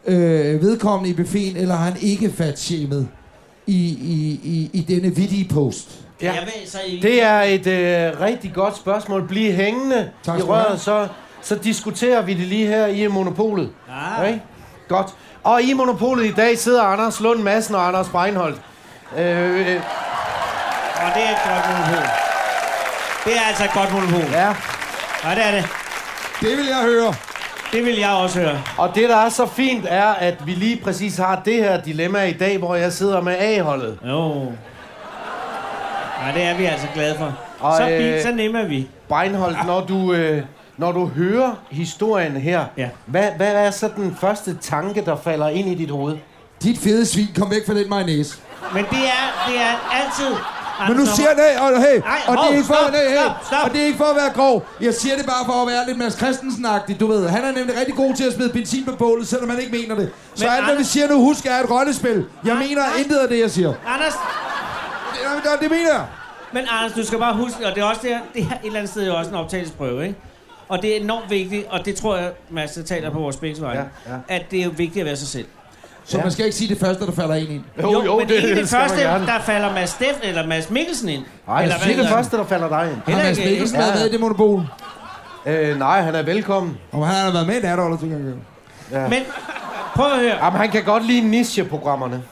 øh, vedkommende i buffeten, eller har han ikke fatshamed i, i, i, i denne vittige post?
ja.
Jeg ved så ikke.
Det er et øh, rigtig godt spørgsmål. Bliv hængende
Tak
i
skal du have.
røret, så, så diskuterer vi det lige her i Monopolet.
Ah.
Okay? Godt. Og i Monopolet i dag sidder Anders Lund Madsen og Anders Breinholt. Øh, øh,
Og det er et godt monopol. Det er altså et godt monopol. Ja,
ja.
ja det er det.
Det vil jeg høre.
Det vil jeg også høre.
Og det, der er så fint, er, at vi lige præcis har det her dilemma i dag, hvor jeg sidder med A-holdet.
Jo. Ja, det er vi altså glade for.
Og,
så, øh...
øh,
så nemme er vi.
Breinholt, når du, øh, når du hører historien her,
Ja.
hvad, hvad er så den første tanke, der falder ind i dit hoved?
Dit fede svin, kom væk fra den mayonnaise.
Men det er, det er altid...
Men nu
Anders
siger jeg det, og, hey,
Ej,
og, det
hov,
er ikke for,
stop,
hey, hey,
stop, stop.
og det er ikke for at være grov. Jeg siger det bare for at være lidt Mads Christensen-agtig, du ved. Han er nemlig rigtig god til at smide benzin på bålet, selvom han ikke mener det. Så
Men
alt, hvad vi
Anders-
siger nu, husk, er et rollespil. Jeg
Nej,
mener
nej.
intet af det, jeg siger.
Anders,
Det, det, det mener jeg.
men Anders, du skal bare huske, og det er også det, det er et eller andet sted jo også en optagelsesprøve, ikke? Og det er enormt vigtigt, og det tror jeg, Mads, der taler på vores begge vegne,
Ja, ja.
at det er jo vigtigt at være sig selv.
Så man skal ikke sige det første, der falder en ind.
men det, er ikke det
skal man
første,
gerne.
der falder Mads Steff eller Mads Mikkelsen ind.
Nej,
eller
det er ikke
hedder
det
han?
første, der falder dig ind.
Har
Heller
Mads
ikke-
Mikkelsen
ja.
været med i det monopol?
Øh, nej, han er velkommen.
Og han har været med i nat, eller tænker jeg.
Men prøv at høre.
Jamen, han kan godt lide nicheprogrammerne.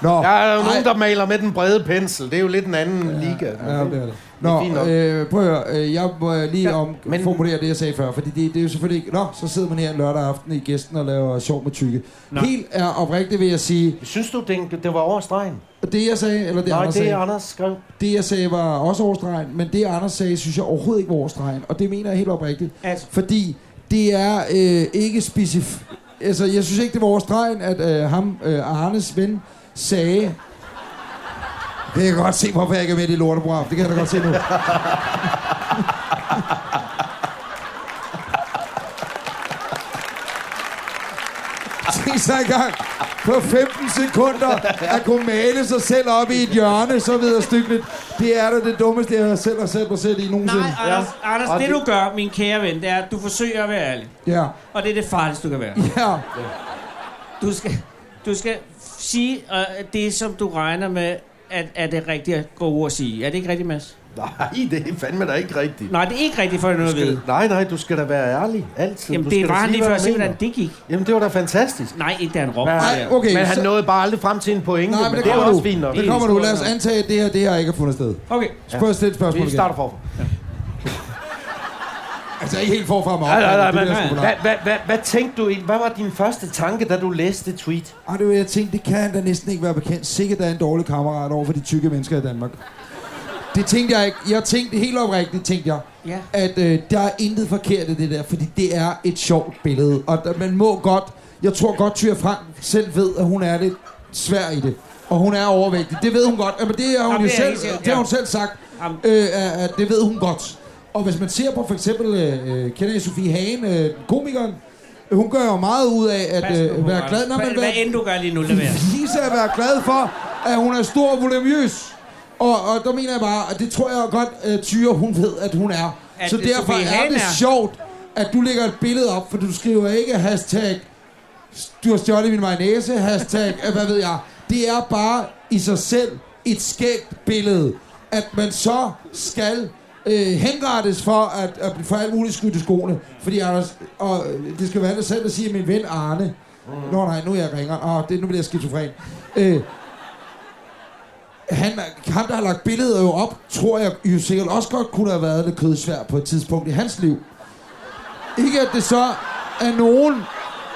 Nå,
Der er jo
ej.
nogen, der maler med den brede pensel. Det er jo lidt en anden ja, liga.
Ja, det er det.
fint
Nå,
nok.
øh, prøv at høre. øh, Jeg må øh, lige
Ja,
om
men-
formulere det, jeg sagde før, fordi det, det er jo selvfølgelig ikke... Nå, så sidder man her en lørdag aften i gæsten og laver sjov med tykke.
Nå.
Helt er oprigtigt, vil jeg sige.
Synes du, det, det var over stregen?
Det, jeg sagde, eller det,
Nej,
Anders
det
sagde,
er Anders skrev.
det, jeg sagde, var også overstregen, men det, Anders sagde, synes jeg overhovedet ikke var overstregen. Og det mener jeg helt oprigtigt.
Altså,
Fordi det er øh, ikke specifikt... Altså, jeg synes ikke, det var overstregen, at øh, ham, øh, Arnes ven, sagde... Det kan jeg godt se, hvorfor jeg ikke er med i det lorteprogram. Det kan jeg da godt se nu. Tænk sig engang på 15 sekunder at kunne male sig selv op i et hjørne, så videre stykkeligt. Det er da det dummeste, jeg selv har sat mig selv i nogensinde.
nej, Anders,
Ja.
Anders
Og
det
det-
du gør, min kære ven, det er, at du forsøger at være ærlig.
Ja.
Og det er det farligste, du kan være.
Ja.
Du skal, du skal sige øh, det, som du regner med, at er det rigtige gode ord at sige. Er det ikke rigtigt, Mads?
Nej, det er fandme da ikke rigtigt.
Nej, det er ikke rigtigt, for jeg noget
Du skal,
ved.
nej, nej, du skal da være ærlig. Altid.
Jamen,
du
det
skal da
var han
sige,
lige
hvad
før.
du
Se,
mener.
hvordan det gik.
Jamen, det var da fantastisk.
Nej, ikke da han råbte.
Hvad-
der.
Ej, okay,
Men han
så-
nåede bare aldrig frem til en pointe.
Nej, men det,
det
kommer
var
du.
også fint nok.
Det kommer du. Lad os antage, at det her, det her ikke har fundet sted.
Okay.
Spørg ja. et spørgsmål
Vi
igen.
starter forfra.
Altså ikke helt forfra mig.
Nej, nej, nej,
Det
men-
bliver sgu for
Hvad,
langt.
hvad, hvad, hvad tænkte du i- Hvad var din første tanke, da du læste det tweet?
Ej, det var jeg tænkte, det kan han da næsten ikke være bekendt. Sikkert er en dårlig kammerat over for de tykke mennesker i Danmark. Det tænkte jeg ikke. Jeg tænkte helt oprigtigt, tænkte jeg,
Ja.
at øh, der er intet forkert i det der, fordi det er et sjovt billede. Og der, man må godt, jeg tror godt, Tyre Frank selv ved, at hun er lidt svær i det. Og hun er overvægtig. Det ved hun godt. Jamen, det har hun
Jamen,
jo
det er
selv,
helt sikkert,
det har hun
ja.
selv sagt.
Jamen.
Øh, at- at det ved hun godt. Og hvis man ser på for eksempel, øh, øh, kender I Sofie Hagen, øh, komikeren? Hun gør jo meget ud af at
Pas nu på,
øh, være
Anders.
glad, når
Hvad-
man
Hvad end du gør lige nu, lad være.
Lisa at være glad for, at hun er stor og volumøs. Og, og der mener jeg bare, at det tror jeg godt, at Tyre, hun ved, at hun er.
At
så
det
derfor
Sofie
er
Hagen
det
er.
sjovt, at du lægger et billede op, for du skriver ikke hashtag, du har stjålet min mayonnaise, hashtag, øh, hvad ved jeg. Det er bare i sig selv et skægt billede, at man så skal øh, henrettes for at, at blive for alt muligt skudt i skoene. Fordi Anders, og øh, det skal være dig selv, der siger, min ven Arne. Nå nej, nu er jeg ringer. Åh, det, nu bliver jeg skizofren. Øh, han, ham, der har lagt billeder jo op, tror jeg jo sikkert også godt kunne have været det kødsvær på et tidspunkt i hans liv. Ikke at det så er nogen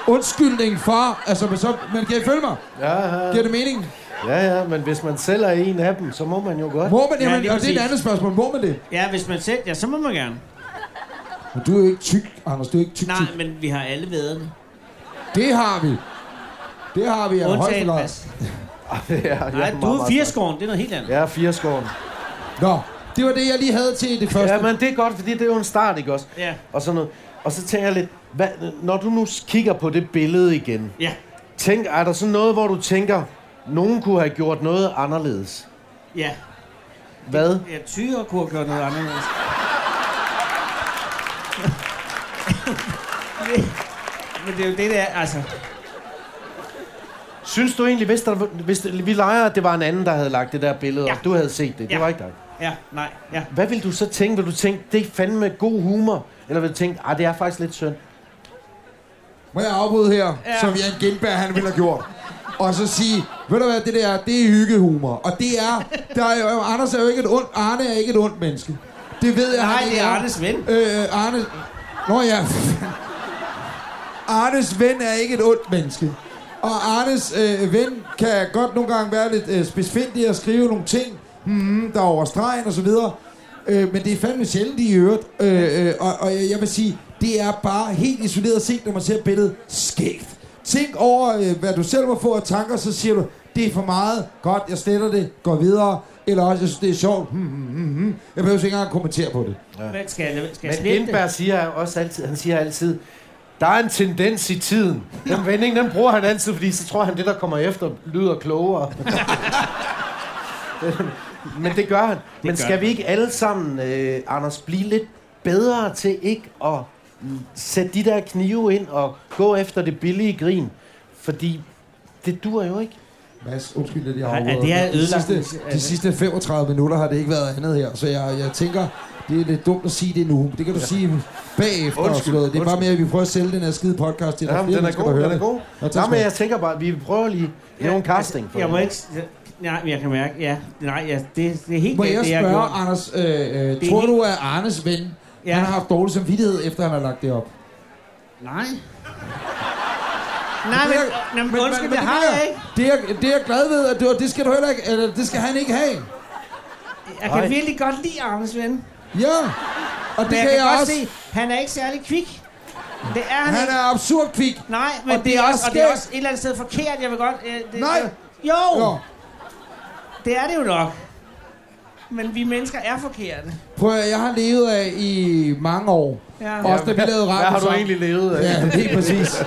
undskyldning for, altså, men, så, men kan I følge mig?
Ja, ja.
Giver det mening?
ja, ja, men hvis man selv er en af dem, så må man jo godt.
Må man,
Ja,
jamen,
lige
og det er et
præcis.
andet spørgsmål, må man det?
Ja, hvis man selv, ja, så må man gerne.
Men du er jo ikke tyk, Anders, du er ikke tyk,
Nej,
tyk.
men vi har alle vædderne.
Det har vi. Det har vi, i højeste
Undtagen
grad.
Mads.
ja, jeg
Nej,
meget,
du er
meget-
fireskåren, det er noget helt andet.
Jeg er fireskåren.
Nå, det var det, jeg lige havde til det første.
Ja, men det er godt, fordi det er jo en start, ikke også?
Ja.
Og sådan noget. Og så tænker jeg lidt, hvad, når du nu kigger på det billede igen,
Ja.
tænk, er der sådan noget, hvor du tænker, nogen kunne have gjort noget anderledes?
Ja.
Hvad?
Ja, tyre kunne have gjort noget anderledes. Det- Men det er jo det, der, altså.
Synes du egentlig, hvis, der, hvis vi leger, at det var en anden, der havde lagt det der billede,
Ja.
og du havde set det,
Ja.
det var ikke dig.
Ja, nej, ja.
Hvad vil du så tænke? Vil du tænke, det er fandme god humor? Eller vil du tænke, ah, det er faktisk lidt synd?
Må jeg afbryde her, ja.
Ja.
som Jan Gindberg han ville have gjort. Og så sige, ved du hvad, det der, det er hyggehumor. Og det er, der er jo, Anders er jo ikke et ondt, Arne er ikke et ondt menneske. Det ved jeg.
Nej,
han
det
ikke
er Arnes ven.
Øh, Arne... Nå ja. Arnes ven er ikke et ondt menneske. Og Arnes øh, ven kan godt nogle gange være lidt øh, spidsfindig og skrive nogle ting, mm, der er over stregen og så videre. Øh, men det er fandme sjældent i øvrigt. Øh, øh, og, og jeg jeg vil sige, det er bare helt isoleret set, når man ser billedet skægt. Tænk over, øh, hvad du selv må få af tanker, så siger du, det er for meget, godt, jeg sletter det, går videre. Eller også, jeg synes, det er sjovt, hmm, hmm, hmm, hmm. Jeg behøver ikke engang kommentere på det.
Hvad skal jeg, skal jeg
Men
slette?
Lindberg siger også altid, han siger altid, der er en tendens i tiden. Den vending, den bruger han altid, fordi så tror han, det der kommer efter, lyder klogere. Men det gør han. Det Men
gør
skal
han.
vi ikke alle sammen, øh, Anders, blive lidt bedre til ikke at mm, sætte de der knive ind og gå efter det billige grin? Fordi det dur jo ikke.
Mads, undskyld, at jeg
Har- er
afbryder.
det her
de,
ødelagt Altså-
sidste,
musik?
de sidste 35 minutter har det ikke været andet her, så jeg, jeg tænker, det er lidt dumt at sige det nu. Det kan du ja. sige bagefter. og sådan noget. Det er bare mere, at vi prøver at sælge den her skide podcast til dig.
Ja, men den er god, den er god.
Nå, tak
Nå,
skal
men
du have.
jeg tænker bare, vi prøver lige at lave en casting.
altså, Jeg må ikke... Nej, men jeg kan mærke, ja. Nej, ja, det, det er helt
Må
galt,
jeg
det, jeg
spørge,
gjorde.
Anders, øh, øh,
er
tror
helt-
du, at Arnes ven, ja.
Ja.
han har haft dårlig samvittighed, efter han har lagt det op?
Nej. Nej, men, nej, men, undskyld, det har
mener
jeg ikke.
Det er, det er jeg glad ved, at det, og det skal du heller ikke, eller det skal han ikke have.
Jeg kan
Nej.
virkelig godt lide Arnes ven.
Ja, og det
Men jeg
kan
kan
jeg
godt
også.
se, han er ikke særlig kvik. Det er han,
Han
ikke.
er absurd kvik.
Nej, men
og
det,
det
er
er
også, og det er
skægt.
også et eller andet sted forkert. Jeg vil godt... Øh, det,
Nej.
Jo,
Jo.
jo, det er det jo nok. Men vi mennesker er forkerte.
Prøv at, høre, jeg har levet af i mange år.
Ja.
Også da vi lavede radio
Hvad har du
sammen.
egentlig levet af?
Ja, helt præcis.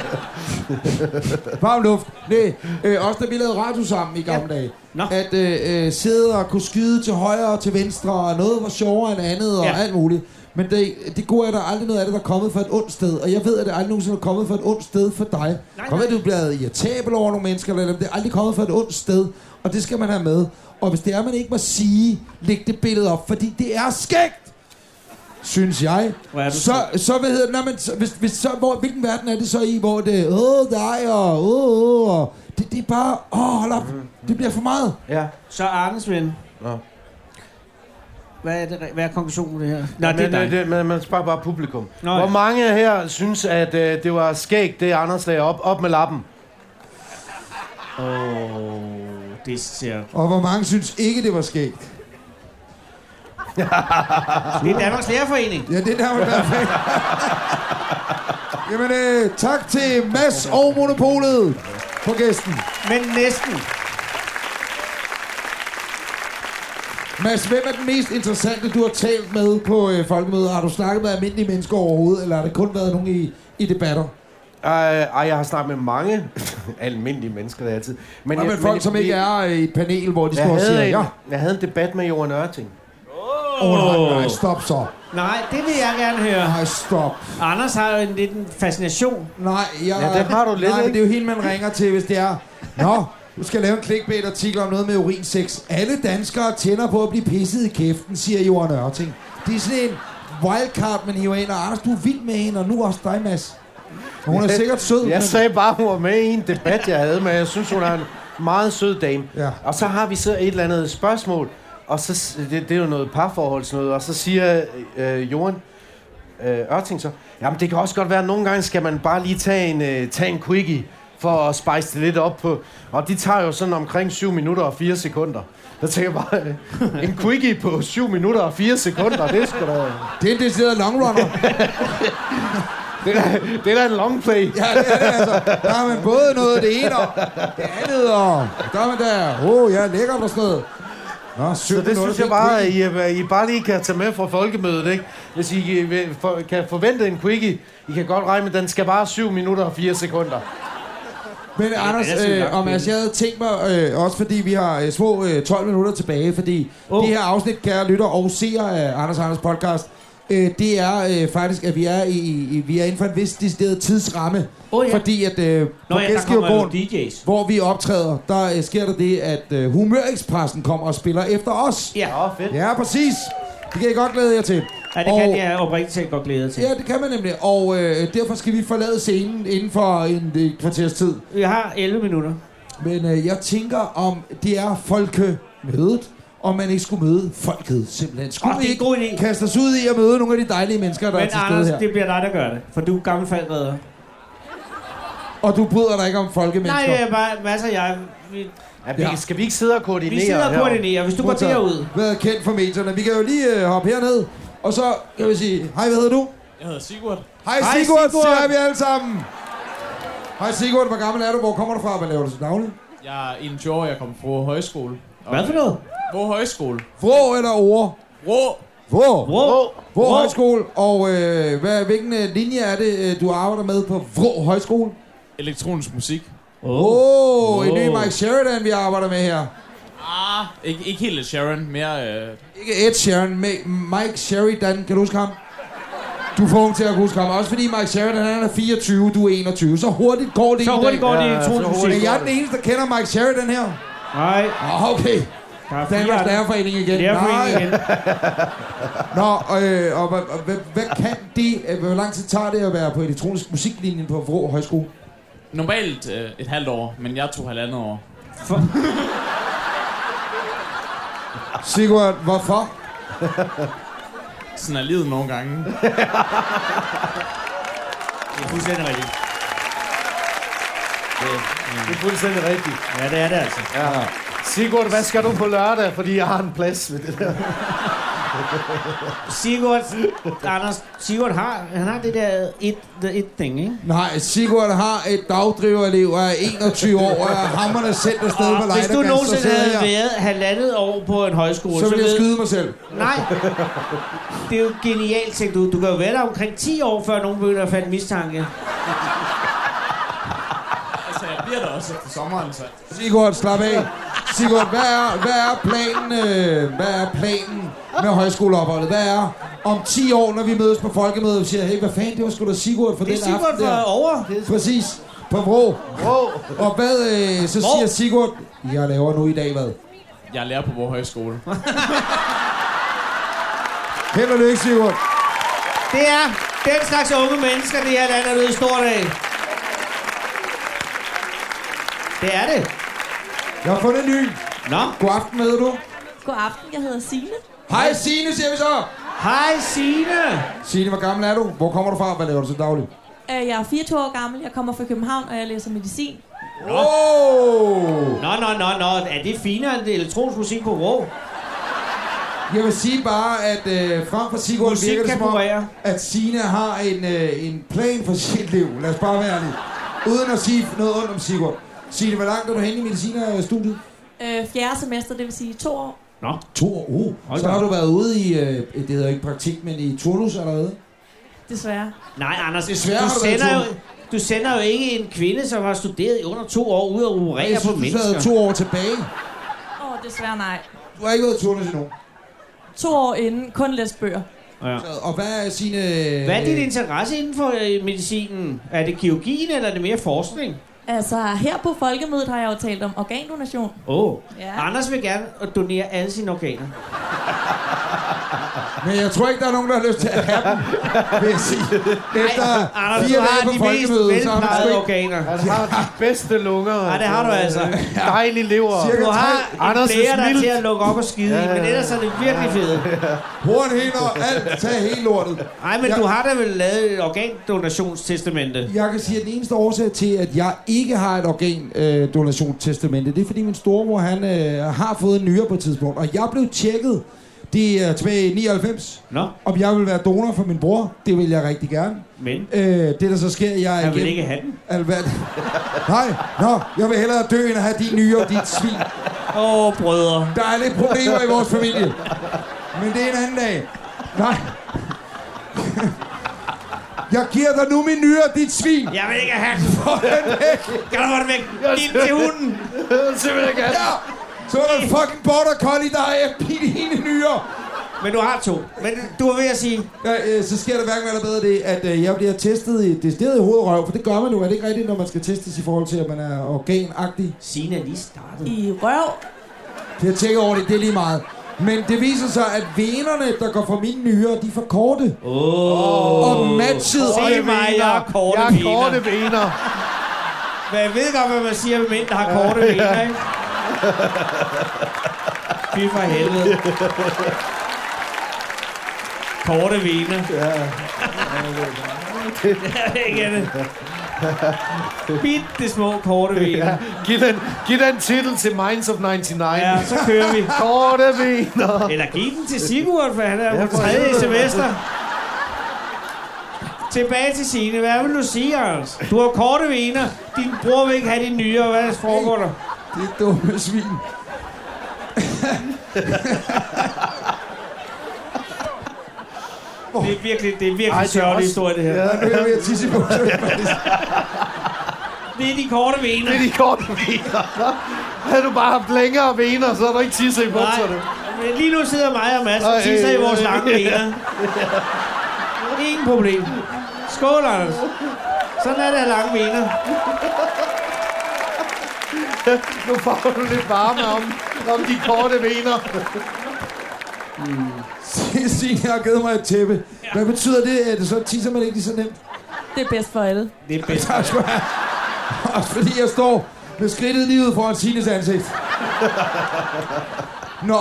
Varm luft. Nej, øh, også da vi lavede radio sammen i gamle ja. dage.
Nå.
At øh, øh, sidde og kunne skyde til højre og til venstre, og noget var sjovere end andet, og
Ja.
alt muligt. Men det, det gode er, at der er aldrig noget af det, der er kommet fra et ondt sted. Og jeg ved, at det aldrig nogensinde er kommet fra et ondt sted for dig.
Nej,
Kom med,
nej.
du er blevet irritabel over nogle mennesker, eller det er aldrig kommet fra et ondt sted. Og det skal man have med. Og hvis det er, man ikke må sige, læg det billede op, fordi det er skægt, synes jeg.
Hvor er du
så, så, hvad hedder det? Nå, men, så, hvis, hvis, så, hvor, hvilken verden er det så i, hvor det er, åh, dig, og åh, åh, og det, det er bare, åh, hold op, det bliver for meget.
Ja.
Så Arnes ven.
Nå.
Hvad er, det, hvad er konklusionen på det her? Nej, det er
men,
dig.
øh, det, man, man spørger bare publikum.
Nå, ja.
Hvor mange her synes, at øh, det var skægt, det Anders lagde op, op med lappen?
Det ser...
Og hvor mange synes ikke, det var skægt?
Det er Danmarks Lærerforening.
Ja, det er der, man er fag. Jamen, øh, tak til Mads og Monopolet for gæsten.
Men næsten.
Mads, hvem er den mest interessante, du har talt med på øh, folkemødet? Har du snakket med almindelige mennesker overhovedet, eller har det kun været nogen i, i debatter?
Ej, ej, jeg har snakket med mange almindelige mennesker, der altid. Men,
Ja, men folk, som ikke er øh, i et panel, hvor de
Jeg
står og siger,
havde, en,
ja,
jeg havde en debat med Johan Ørting.
oh, nej, nej, stop så.
Nej, det vil jeg gerne høre.
Nej, stop.
Anders har jo en lidt en fascination.
Nej, jeg,
Ja, den har du lidt,
nej, men
ikke?
det er jo hende, man ringer til, hvis det er. Nå, du skal lave en clickbait-artikel om noget med urinsex. Alle danskere tænder på at blive pisset i kæften, siger Johan Ørting. Det er sådan en wildcard, man hiver ind. Og Anders, du er vild med hende, og nu også dig, Mads. Og hun er sikkert sød. men-
Jeg sagde bare, hun var med i en debat, jeg havde, men jeg synes, hun er en meget sød dame.
Ja.
Og så har vi så et eller andet spørgsmål, og så, s- det, det er jo noget parforholdsnoget, og så siger øh, Johan øh, Ørting så, jamen det kan også godt være, at nogle gange skal man bare lige tage en, øh, tage en quickie, for at spice det lidt op på. Og de tager jo sådan omkring 7 minutter og 4 sekunder. Der tænker jeg bare, øh, en quickie på 7 minutter og 4 sekunder, det er sgu da...
Det er en decideret longrunner.
Det er, da- det er da en long play.
ja, det er det altså. Der har man både noget af det ene og det andet, og der er man der. Åh, oh, jeg er lækker på stedet. Nå,
Så det synes jeg bare, at I, at I bare lige kan tage med fra folkemødet, ikke? Hvis I øh, vil- for- kan forvente en quickie, I kan godt regne med, den skal bare 7 minutter og 4 sekunder.
Men Anders,
det er sådan
øh,
langt
og Mads, jeg havde tænkt mig, øh, også fordi vi har øh, små øh, 12 minutter tilbage, fordi oh.
Åh.
det her afsnit, kære lytter og seer af Anders og Anders podcast, øh, det er øh, faktisk, at vi er, i, i, vi er inden for en vis decideret tidsramme.
Åh, ja.
Fordi at øh,
Nå
på
ja, der kommer jo
Gæstgivergården,
DJ's.
hvor vi optræder, der øh, sker der det, at øh, humørekspressen kommer og spiller efter os.
Ja,
Åh, fedt.
Ja, præcis. Det kan I godt glæde jer til.
ja det kan
Og-
jeg oprigtigt talt godt glæde jer til.
Ja, det kan man nemlig. Og øh, derfor skal vi forlade scenen inden for en øh, kvarters tid.
Vi har 11 minutter.
Men øh, jeg tænker, om det er folkemødet, om man ikke skulle møde folket simpelthen. Skulle
Åh,
vi
Ah, det er en
ikke
god idé.
kaste os ud i at møde nogle af de dejlige mennesker, der
Men
er til
Anders,
stede her?
det bliver dig, der gør det. For du er gammel faldredder.
Og du bryder dig ikke om
Nej, øh,
folkemennesker?
det er bare masser af jeg. Vi,
Ja, vi,
Ja.
skal vi ikke sidde og koordinere?
vi sidder og
herovre?
koordinerer. Hvis du går
Modtaget.
derud,
Været kendt for medierne. Vi kan jo lige øh, hoppe herned, og så kan vi sige, hej, hvad hedder du?
Jeg hedder Sigurd.
Hej
Hej,
Sigurd,
Sigurd!
siger vi alle sammen. Hej Sigurd, hvor gammel er du? Hvor kommer du fra? Hvad laver du til daglig?
Jeg er 21 år, jeg kommer fra Vrå højskole. Og
Hvad for noget?
Vrå højskole.
Vrå eller ord?
Vrå.
Vrå.
Bro.
Vrå
Vrå.
Højskole. Og øh, hvad, hvilken øh, linje er det, øh, du arbejder med på Vrå Højskole?
Elektronisk musik.
Oh.
Åh, oh, en ny
Wow.
Mike Sheridan, vi arbejder med her.
Ah, ikke, ikke helt Ed Sharon, mere... Øh,
Ikke Ed Sheeran, Mi- Mike Sheridan. Kan du huske ham? Du får ham til at kunne huske ham. Også fordi Mike Sheridan han er 24, du er 21. Så hurtigt går det
Så
i dag.
hurtigt går det i
Ja, så
elektronisk
hurtigt.
musik.
Men jeg er den eneste, der kender Mike Sheridan her.
Nej,
Ah, okay.
der er fire
Danmarks
af dem.
Lærerforening igen.
Lærerforeningen igen.
Nå, øh, og hvad, og hvad, hvad kan det, øh, hvor lang tid tager det at være på elektronisk musiklinjen på Vrå Højskole?
normalt øh, et halvt år, men jeg tog halvandet år.
Sigurd, hvorfor?
Sådan er livet nogle gange.
Det er fuldstændig rigtigt.
Det er fuldstændig rigtigt.
Ja, det er det altså.
Ja. Sigurd, hvad skal du på lørdag? Fordi jeg har en plads ved det der.
Sigurd, Anders, Sigurd har, han har det der et, the it thing, ikke?
Nej, Sigurd har et dagdriverliv og er 21 år og er hammerne sendt afsted
Og
på
Ah, hvis du
Lejdegans, så
nogensinde havde
sidder jeg,
været halvandet år på en højskole,
så vil jeg
ved-
skyde mig selv.
Nej, det er jo genialt, tænkte du. Du kan jo være der omkring 10 år, før nogen begynder at fatte mistanke.
Altså, jeg bliver der også efter sommeren, så...
Sigurd, slap af. Sigurd, hvad er, hvad er planen, øh, hvad er planen med højskoleopholdet? Hvad er om 10 år, når vi mødes på folkemødet, og siger, hey, hvad fanden, det var sgu da Sigurd for
Det er
den aften
Sigurd fra over.
Præcis, på Vrå.
Wow.
Og hvad, øh, så
Vrå.
siger Sigurd, jeg laver nu i dag hvad?
Jeg er lærer på Vrå højskole.
Held og lykke, Sigurd.
Det er den slags unge mennesker, det her land er blevet stort af. Det er det.
Jeg har fundet en ny.
Nå,
God aften, hvad hedder du?
God aften, jeg hedder Signe.
Hej, Signe, siger vi så.
hej Signe.
Signe, hvor gammel er du? Hvor kommer du fra? Hvad laver du til daglig?
Øh, Jeg er 24 år gammel, jeg kommer fra København, og jeg læser medicin.
Oh!
Nå, nå, nå, nå. Er det finere end det elektronisk musik på Vrå?
Jeg vil sige bare, at øh, frem for Sigurd
Musik
virker det
kan
som om,
kurere.
at Signe har en, øh, en plan for sit liv. Lad os bare være ærlige. Uden at sige noget ondt om Sigurd. Signe, hvor langt er du henne i medicinerstudiet?
Øh, Fjerde semester, det vil sige to år.
Nå,
To år. Uh.
Hold
Så
da
har
op.
du været ude i, øh, det hedder ikke praktik, men i turnus allerede.
Desværre.
nej Anders.
Desværre
du
har du været
sender jo,
to.
du sender jo ikke en kvinde, som har studeret i under to år, ud og operere
Jeg
på
synes, du sad
mennesker.
to år tilbage.
Åh, oh, desværre nej.
Du har ikke været i turnus endnu.
To år inden, kun læst bøger.
Ja.
Så- Og hvad er Signe... øh,
Hvad er din interesse inden for øh, medicinen? Er det kirurgien, eller er det mere forskning?
Altså, her på Folkemødet har jeg jo talt om organdonation.
Åh. Oh.
Ja.
Anders vil gerne donere alle sine organer.
Men jeg tror ikke, der er nogen, der har lyst til at have dem, vil jeg sige. Efter
Anders,
fire
du har
dage på
de mest
folkemødet, så har man sgu
velplejede
ikke...
organer.
Han har de bedste lunger.
Ja, det har du altså.
Dejlig lever.
Cirka
Du har en
Anders'
blære, der er
mild.
til at lukke op og skide i, men ellers er det virkelig fedt.
Hornhænder, alt, tag hele lortet.
Nej, men
Jeg-
du har da vel lavet et organdonationstestamente.
Jeg kan sige, at den eneste årsag til, at jeg ikke har et organdonationstestamente, det er, fordi min stormor han, øh, har fået en nyere på et tidspunkt. Og jeg blev tjekket, det er tilbage i 99,
Nå,
om jeg vil være donor for min bror. Det vil jeg rigtig gerne.
men
Øh, det, der så sker, jeg er
han vil
igennem-
ikke have den.
Alvand. Nej, nå, jeg vil hellere dø, end at have din nyere og dit svin.
Åh, oh, brødre.
Der er lidt problemer i vores familie. Men det er en anden dag. Nej. Jeg giver dig nu min nyere og dit svin.
Jeg vil ikke have den. Kan du få den væk? Giv den til hunden.
Øh,
Ja! Så er der en fucking border collie, der er pine nyere.
Men du har to. Men du er ved at sige,
Ja, øh, så sker der hverken hvad der bedre det, at øh, jeg bliver testet i decideret i hovedrøv, for det gør man jo. Er det ikke rigtigt, når man skal testes i forhold til, at man er organagtig?
Sina er lige startet.
I røv.
Det har jeg tjekket over det, det er lige meget. Men det viser sig, at venerne, der går fra mine nyrer, de er for korte.
Åh.
Og matchet.
Se mig, jeg har korte
jeg har korte
vener.
vener.
Men jeg ved godt, hvad man siger med mænd, der har korte vener, ikke? Fy for helvede. Korte vener. Ja. det er det. Bitte små korte vener.
Giv den, giv den titel til Minds of 99. Ja.
Ja, så kører vi.
Korte vener.
Eller giv den til Sigurd, for han er
Ja,
på
for
tredje
helvede.
semester. Tilbage til Signe. Hvad vil du sige, Anders? Du har korte vener. Din bror vil ikke have dine nye, og hvad foregår der?
Det er dumme svin.
Det er virkelig, det er
Ej,
virkelig
det er
sørgelig
også-
historie, det her.
Ja, Øh, nu er jeg ved at tisse i bukserne, faktisk.
Det er de korte vener.
Det er de korte vener. Havde du bare haft længere vener, så havde du ikke tisset i
Nej,
bukserne.
men lige nu sidder mig og Mads og
Ej,
tisser i vores
øh,
lange
ja.
vener. Ingen problem. Skål, Anders. Sådan er det at have lange vener.
Nu får du lidt varme om, om de korte vener.
Signe har givet mig et tæppe. Hvad betyder det? Er det så tisser man ikke lige så nemt?
Det er bedst for alle.
Det er bedst.
Tak skal du have. Også fordi jeg står med skridtet lige ud foran Sines ansigt. Nå,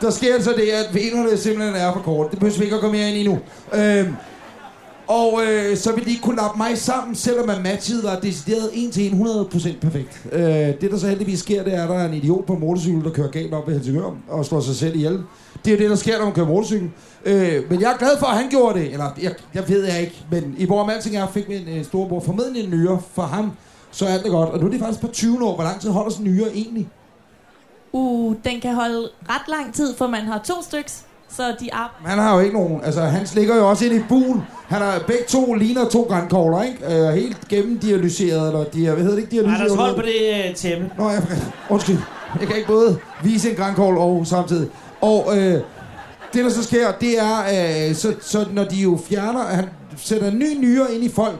der sker så det, at venerne simpelthen er for korte. Det behøver vi ikke at gå mere ind i nu. Øhm, og øh, så vil de ikke kunne lappe mig sammen, selvom at matchet var decideret 1 til 100% perfekt. Øh, det, der så heldigvis sker, det er, at der er en idiot på en motorcykel, der kører galt op ved Helsingør og slår sig selv ihjel. Det er jo det, der sker, når man kører motorcykel. Øh, men jeg er glad for, at han gjorde det. Eller, jeg, jeg ved jeg ikke. Men i hvor alting er, fik min øh, storebror formentlig en nyere for ham. Så er alt det godt. Og nu er det faktisk på 20 år. Hvor lang tid holder sådan en nyere egentlig?
Uh, den kan holde ret lang tid, for man har to styks. Så de er...
Han har jo ikke nogen. Altså, han ligger jo også ind i buen. Han har begge to ligner to grankogler, ikke? Øh, helt gennemdialyseret, eller de, hvad hedder det ikke, dialyseret?
Anders, hold på det øh, tæppe.
Nå, jeg, undskyld. Jeg kan ikke både vise en grankogl og samtidig. Og øh, det, der så sker, det er, øh, så, så når de jo fjerner, han sætter en ny nyre ind i folk,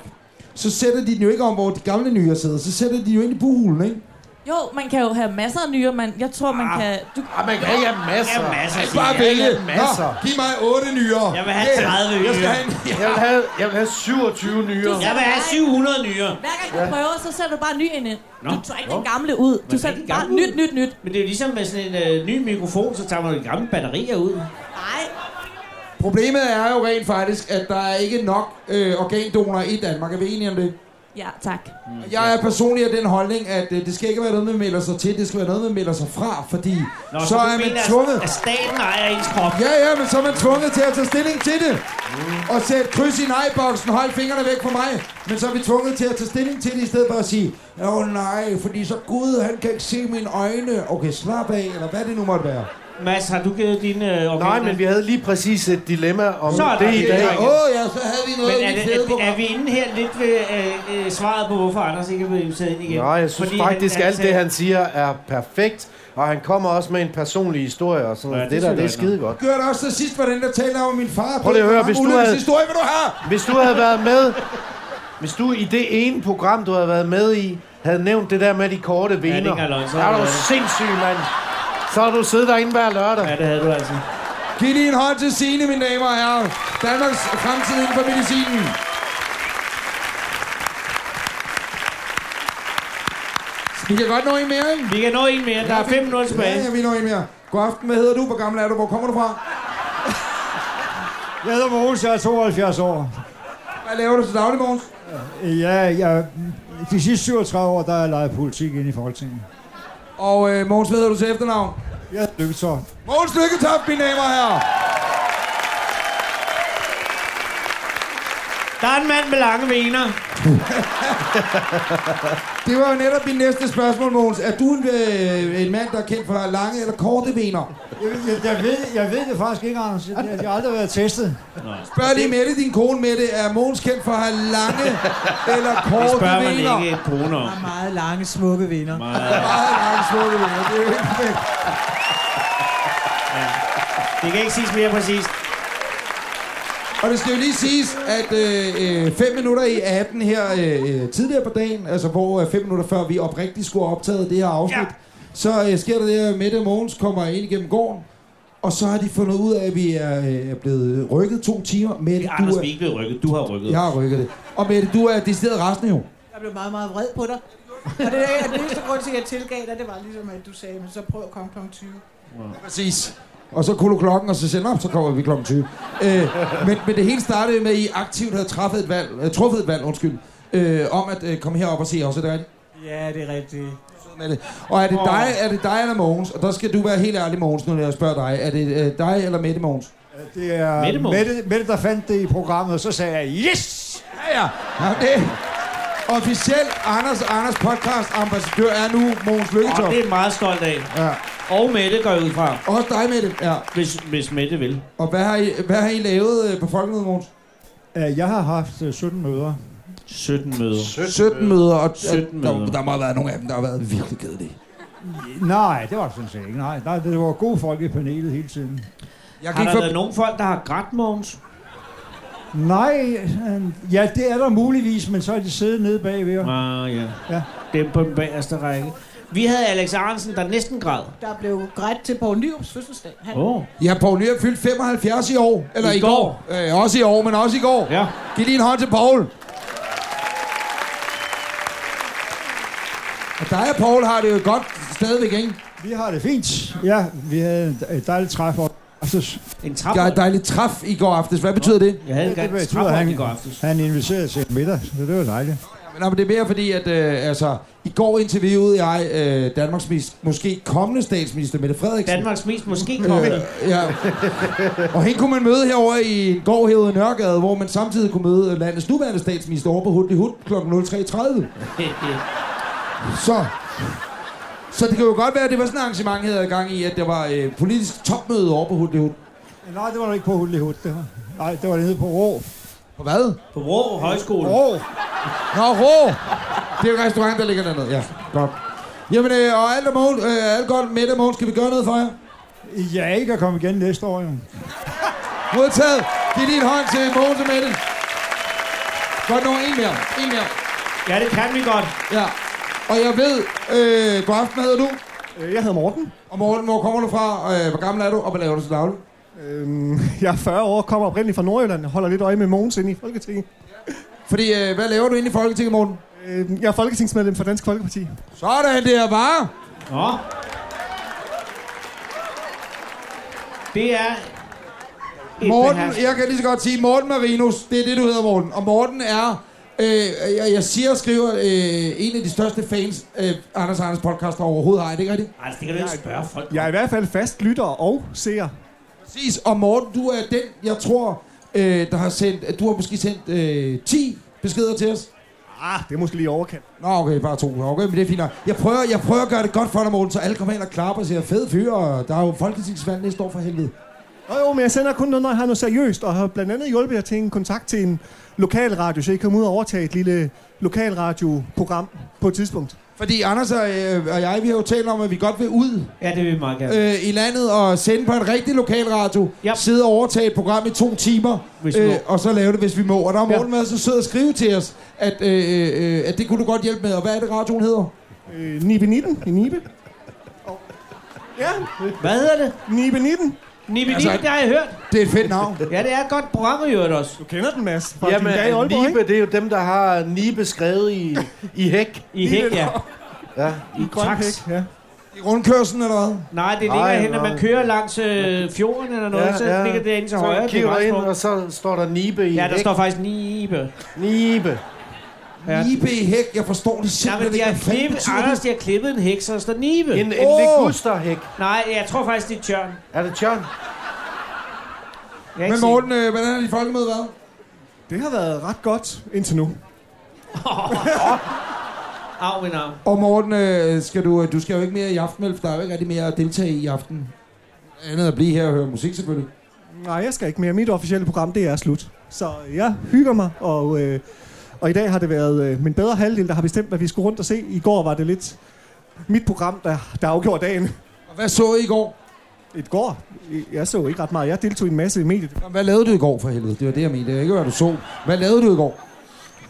så sætter de den jo ikke om, hvor de gamle nyre sidder. Så sætter de den jo ind i buhulen, ikke?
Jo, man kan jo have masser af nyere. Man, jeg tror, man kan... Du,
Ah, man kan ikke have masser.
Ja, masser. Signe.
Bare
ja,
vælge.
ja, masser.
Nå, giv mig 8 nyre.
Jeg vil have 30
Jeg
nyrer.
skal have en,
Jeg vil have, jeg vil have 27 nyere.
Jeg vil have 700 nyere.
hver gang du prøver, så sætter du bare ny ind.
Nå.
Du tager ikke den gamle ud. Du
Men
sætter
den
den bare
gamle ud?
nyt, nyt, nyt.
Men det er jo ligesom med sådan en øh, ny mikrofon, så tager man jo de gamle batterier ud.
Nej,
Problemet er jo rent faktisk, at der er ikke nok øh, organdonorer i Danmark. Er vi enige om det?
Mm,
ja tak.
Jeg er personligt af den holdning, at øh, det skal ikke være noget, man melder sig til. Det skal være noget, man melder sig fra, fordi Nå, så, så
du
er man
mener, at-
tvunget.
At staten ejer ens krop.
Ja, ja, men så er man tvunget til at tage stilling til det. Og sætte kryds i nej-boksen, hold fingrene væk fra mig. Men så er vi tvunget til at tage stilling til det, i stedet for at sige, åh nej, fordi så Gud, han kan ikke se mine øjne. Okay, slap af, eller hvad det nu måtte være.
Mads, har du givet dine øh, organer?
Nej, men vi havde lige præcis et dilemma om
Så er der
det i
det,
dag.
Ja,
drenge.
åh ja, så havde vi
Men
noget
er,
i
det,
stedet
er,
program.
er vi inde her lidt ved øh, øh, svaret på, hvorfor Anders ikke er blevet inviteret ind igen?
Nej, jeg synes Fordi faktisk, alt det,
sagde-
han siger, er perfekt. Og han kommer også med en personlig historie og sådan
Ja,
noget.
det
det, der,
synes
det er
jeg nok.
skide godt.
Gør det også til sidst, hvordan der taler om min far.
Prøv lige at høre, hvis du havde-
historie, vil du have?
Hvis du havde været med... Hvis du i det ene program, du havde været med i, havde nævnt det der med de korte
det er
vener,
ikke engang løgn, så
der
havde
er du
jeg-
sindssyg, mand. Så har du siddet derinde hver lørdag.
Ja, det havde du altså.
Giv lige en hånd til Signe, mine damer og herrer. Danmarks fremtid inden for medicinen. Vi kan godt nå en mere, ikke?
Vi kan nå en mere. Der er fem minutter tilbage.
Ja, ja, vi når en mere. God aften, hvad hedder du? Hvor gammel er du? Hvor kommer du fra?
Jeg hedder Mogens, jeg er 72 år. Øh,
Hvad laver du til daglig, Mogens?
Ja, jeg, de sidste 37 år, der har jeg leget politik inde i Folketinget.
Og øh, Mogens, hvad hedder du til efternavn?
Jeg er lykketort.
Mogens Lykketoft, mine damer og herrer.
Der er en mand med lange vener.
Det var jo netop min næste spørgsmål, Mogens. Er du en, øh, en mand, der er kendt for lange eller korte vener?
Jeg, jeg, jeg, ved, jeg ved det faktisk ikke, Anders. Jeg, jeg, jeg har aldrig været testet.
Spørg lige Mette, din kone Mette. Er Mogens kendt for at have lange eller korte
Det spørger man
vener?
ikke et kone om.
Har meget lange, smukke venner.
Meget lange, smukke vener. Det er jo helt perfekt.
Det kan ikke siges mere præcist.
Og det skal jo lige siges, at 5 øh, fem minutter i 18 her øh, tidligere på dagen, altså hvor 5 minutter før vi oprigtigt skulle have optaget det her afsnit, ja. så øh, sker der det her, at Mette og Mogens kommer ind igennem gården, og så har de fundet ud af, at vi er øh, er blevet rykket to timer. Mette,
Anders,
du
vi er
er,
ikke blevet rykket. Du har rykket.
jeg har rykket det. Og Mette, du er decideret resten jo.
Jeg blev meget, meget vred på dig. Og det er den eneste grund til, at jeg tilgav dig, det var ligesom, at du sagde, men så prøv at komme kl. 20.
Præcis. Og så kunne klokken, og så sender op, så kommer vi klokken 20. Øh, men, men det hele startede med, at I aktivt havde truffet et valg, øh, truffet et valg undskyld, øh, om at øh, komme herop og se os, er det rigtigt?
Ja, det er rigtigt.
med det. Og er det, dig, er det dig eller Mogens? Og der skal du være helt ærlig, Mogens, når jeg spørger dig. Er det øh, dig eller Mette Mogens?
Det er
Mette
Mette,
Mogens.
Mette, Mette, der fandt det i programmet, og så sagde jeg, yes!
Ja, ja. ja det. Officielt Anders Anders podcast ambassadør er nu Mogens
Og
Lykketoft.
det er meget stolt af.
Ja.
Og Mette går jeg ud fra,
Også dig, Mette. Ja.
hvis, hvis Mette vil.
Og hvad har I, hvad har I lavet øh, på Folkemødet, Mogens?
Øh, Jeg har haft øh, 17 møder.
17 møder.
17 møder. Og,
17
der,
møder.
der må have været nogle af dem, der har været virkelig kedelige.
Nej, det var det sådan set ikke. Nej, nej, det var gode folk i panelet hele tiden.
Jeg
Har
gik
der
for...
været nogen folk, der har grædt, Mogens?
Nej, øh, ja, det er der muligvis, men så er de siddet nede bagved. Ja.
Ah, ja.
Ja.
Dem på den bagerste række. Vi havde Alex Arensen, der næsten græd.
Der blev grædt til Poul Nyrups fødselsdag. Han,
Åh. Oh.
Ja, Poul Nyrup fyldte 75 i år. Eller i,
I går.
går. Øh, også i år, men også i går.
Ja.
Giv lige en hånd til Paul. Og dig og Paul har det jo godt stadigvæk, ikke?
Vi har det fint. Ja, vi havde en- et dejligt træf og aftes.
En
Der er
trapper.
et dejligt træf i går aftes. Hvad betyder det?
Jeg havde engang en trapper i går aftes.
han inviterede til middag, så det var dejligt.
Men, nå, men det er mere fordi, at øh, altså, i går interviewede jeg øh, Danmarks mis- måske kommende statsminister, Mette Frederiksen.
Danmarks mest måske kommende.
Øh, ja. Og hende kunne man møde herovre i en gård herude i Nørregade, hvor man samtidig kunne møde landets nuværende statsminister over på Hudley Hud kl. 03.30.
øh,
Så... Så det kan jo godt være, at det var sådan et arrangement, jeg havde gang i, at der var øh, politisk topmøde over på Hudley Hud.
Nej, det var ikke på Hulli Hud, det var. Nej, det var nede på Rå.
På hvad?
På Vrå Højskole.
Rå!
Nå, Rå! Det er en restaurant, der ligger dernede. Ja, godt. Jamen, øh, og alt, om morgen, øh, alt godt med og morgen, skal vi gøre noget for jer?
Ja, ikke at komme igen næste år, jo.
Øh,
Modtaget. Giv lige en hånd til Mogens og Mette. Godt nogen. En mere. En mere.
Ja, det kan vi godt.
Ja. Og jeg ved, øh, god aften, hvad hedder du?
Øh, Jeg hedder Morten.
Og Morten, hvor kommer du fra? Øh, hvor gammel er du? Og hvad laver du til daglig?
Øhm, jeg er 40 år, kommer oprindeligt fra Nordjylland, holder lidt øje med Mogens inde i Folketinget.
Fordi, øh, hvad laver du inde i Folketinget, Morten?
Øhm, jeg er folketingsmedlem for Dansk Folkeparti.
Sådan der, bare.
Nå. Det er... et
Morten,
behersk-
jeg kan lige så godt sige, Morten Marinus, det er det, du hedder, Morten. Og Morten er, øh, jeg, jeg siger og skriver, øh, en af de største fans, øh, Anders Anders podcast overhovedet har. Er det ikke rigtigt?
Altså, det kan du ikke spørge folk.
Jeg er i hvert fald fast lytter og seer.
Præcis. Og Morten, du er den, jeg tror, øh, der har sendt, du har måske sendt øh, 10 beskeder til os.
Ah, det er måske lige overkant.
Nå, okay, bare to. Okay, men det er fint nok. Jeg prøver, jeg prøver at gøre det godt for dig, Morten, så alle kommer hen og klapper og siger, fed fyr, og der er jo folketingsvalg næste år for helvede.
Nå jo, men jeg sender kun noget, når jeg har noget seriøst, og har blandt andet hjulpet jer til en kontakt til en lokalradio, så I kan komme ud og overtage et lille lokalradioprogram på et tidspunkt.
Fordi Anders og, øh, og jeg, vi har jo talt om, at vi godt vil ud
Ja, det vil vi meget gerne.
øh, i landet og sende på en rigtig lokal radio.
Ja.
Yep. Sidde og overtage et program i to timer,
Hvis vi
øh,
må.
og så lave det, hvis vi må. Og der har
Ja.
Morten været så sød at skrive til os, at, øh, øh, øh, at det kunne du godt hjælpe med. Og hvad er det, radioen hedder?
Øh, Nibe 19 i Nibe. Og- Ja,
Hvad hedder det?
Nibe 19.
Nibi
Altså-
altså, det har jeg hørt.
Det er et fedt navn.
Ja, det er et godt program, i øvrigt også.
Du kender den, Mads, fra Jamen,
Jamen,
din dag i Aalborg,
Nibe,
ikke?
det er jo dem, der har Nibe skrevet i, i hæk.
I hæk, ja.
Ja.
I tax.
ja.
I rundkørslen eller hvad?
Nej, det ligger
Nej,
hen, når
nej.
man kører langs øh, fjorden eller noget, ja, så ja. ligger det inde til højre.
Så kigger du
det er
ind,
meget smukt.
og så står der Nibe i
Ja, der
hæk.
står faktisk Nibe.
Nibe.
Ja.
Nibe i hæk, jeg forstår det
Nej, men
simpelthen
de har,
ikke. Hvad fanden
klippet,
betyder
Anders,
det?
de har klippet en heks, så der står Nibe.
En, en
Åh!
oh. ligusterhæk.
Nej, jeg tror faktisk, det er Tjørn.
Er det Tjørn?
Jeg er
Men
ikke
Morten, øh, hvordan har dit folkemøde været?
Det har været ret godt indtil nu.
sikker. Au, min arm.
Og Morten, øh, skal du, øh, du skal jo ikke mere i aften, vel? For der er jo ikke rigtig mere at deltage i i aften. Andet at blive her og høre musik, selvfølgelig.
Nej, jeg skal ikke mere. Mit officielle program, det er slut. Så jeg hygger mig, og, øh, og i dag har det været øh, min bedre halvdel, der har bestemt, hvad vi skulle rundt og se. I går var det lidt mit program, der, der afgjorde dagen.
Og hvad så I i går?
Et går. Jeg så ikke ret meget. Jeg deltog i en masse i mediet.
Jamen, Hvad lavede du i går for helvede? Det var det, jeg mente. Det er ikke, hvad du så. Hvad lavede du i går?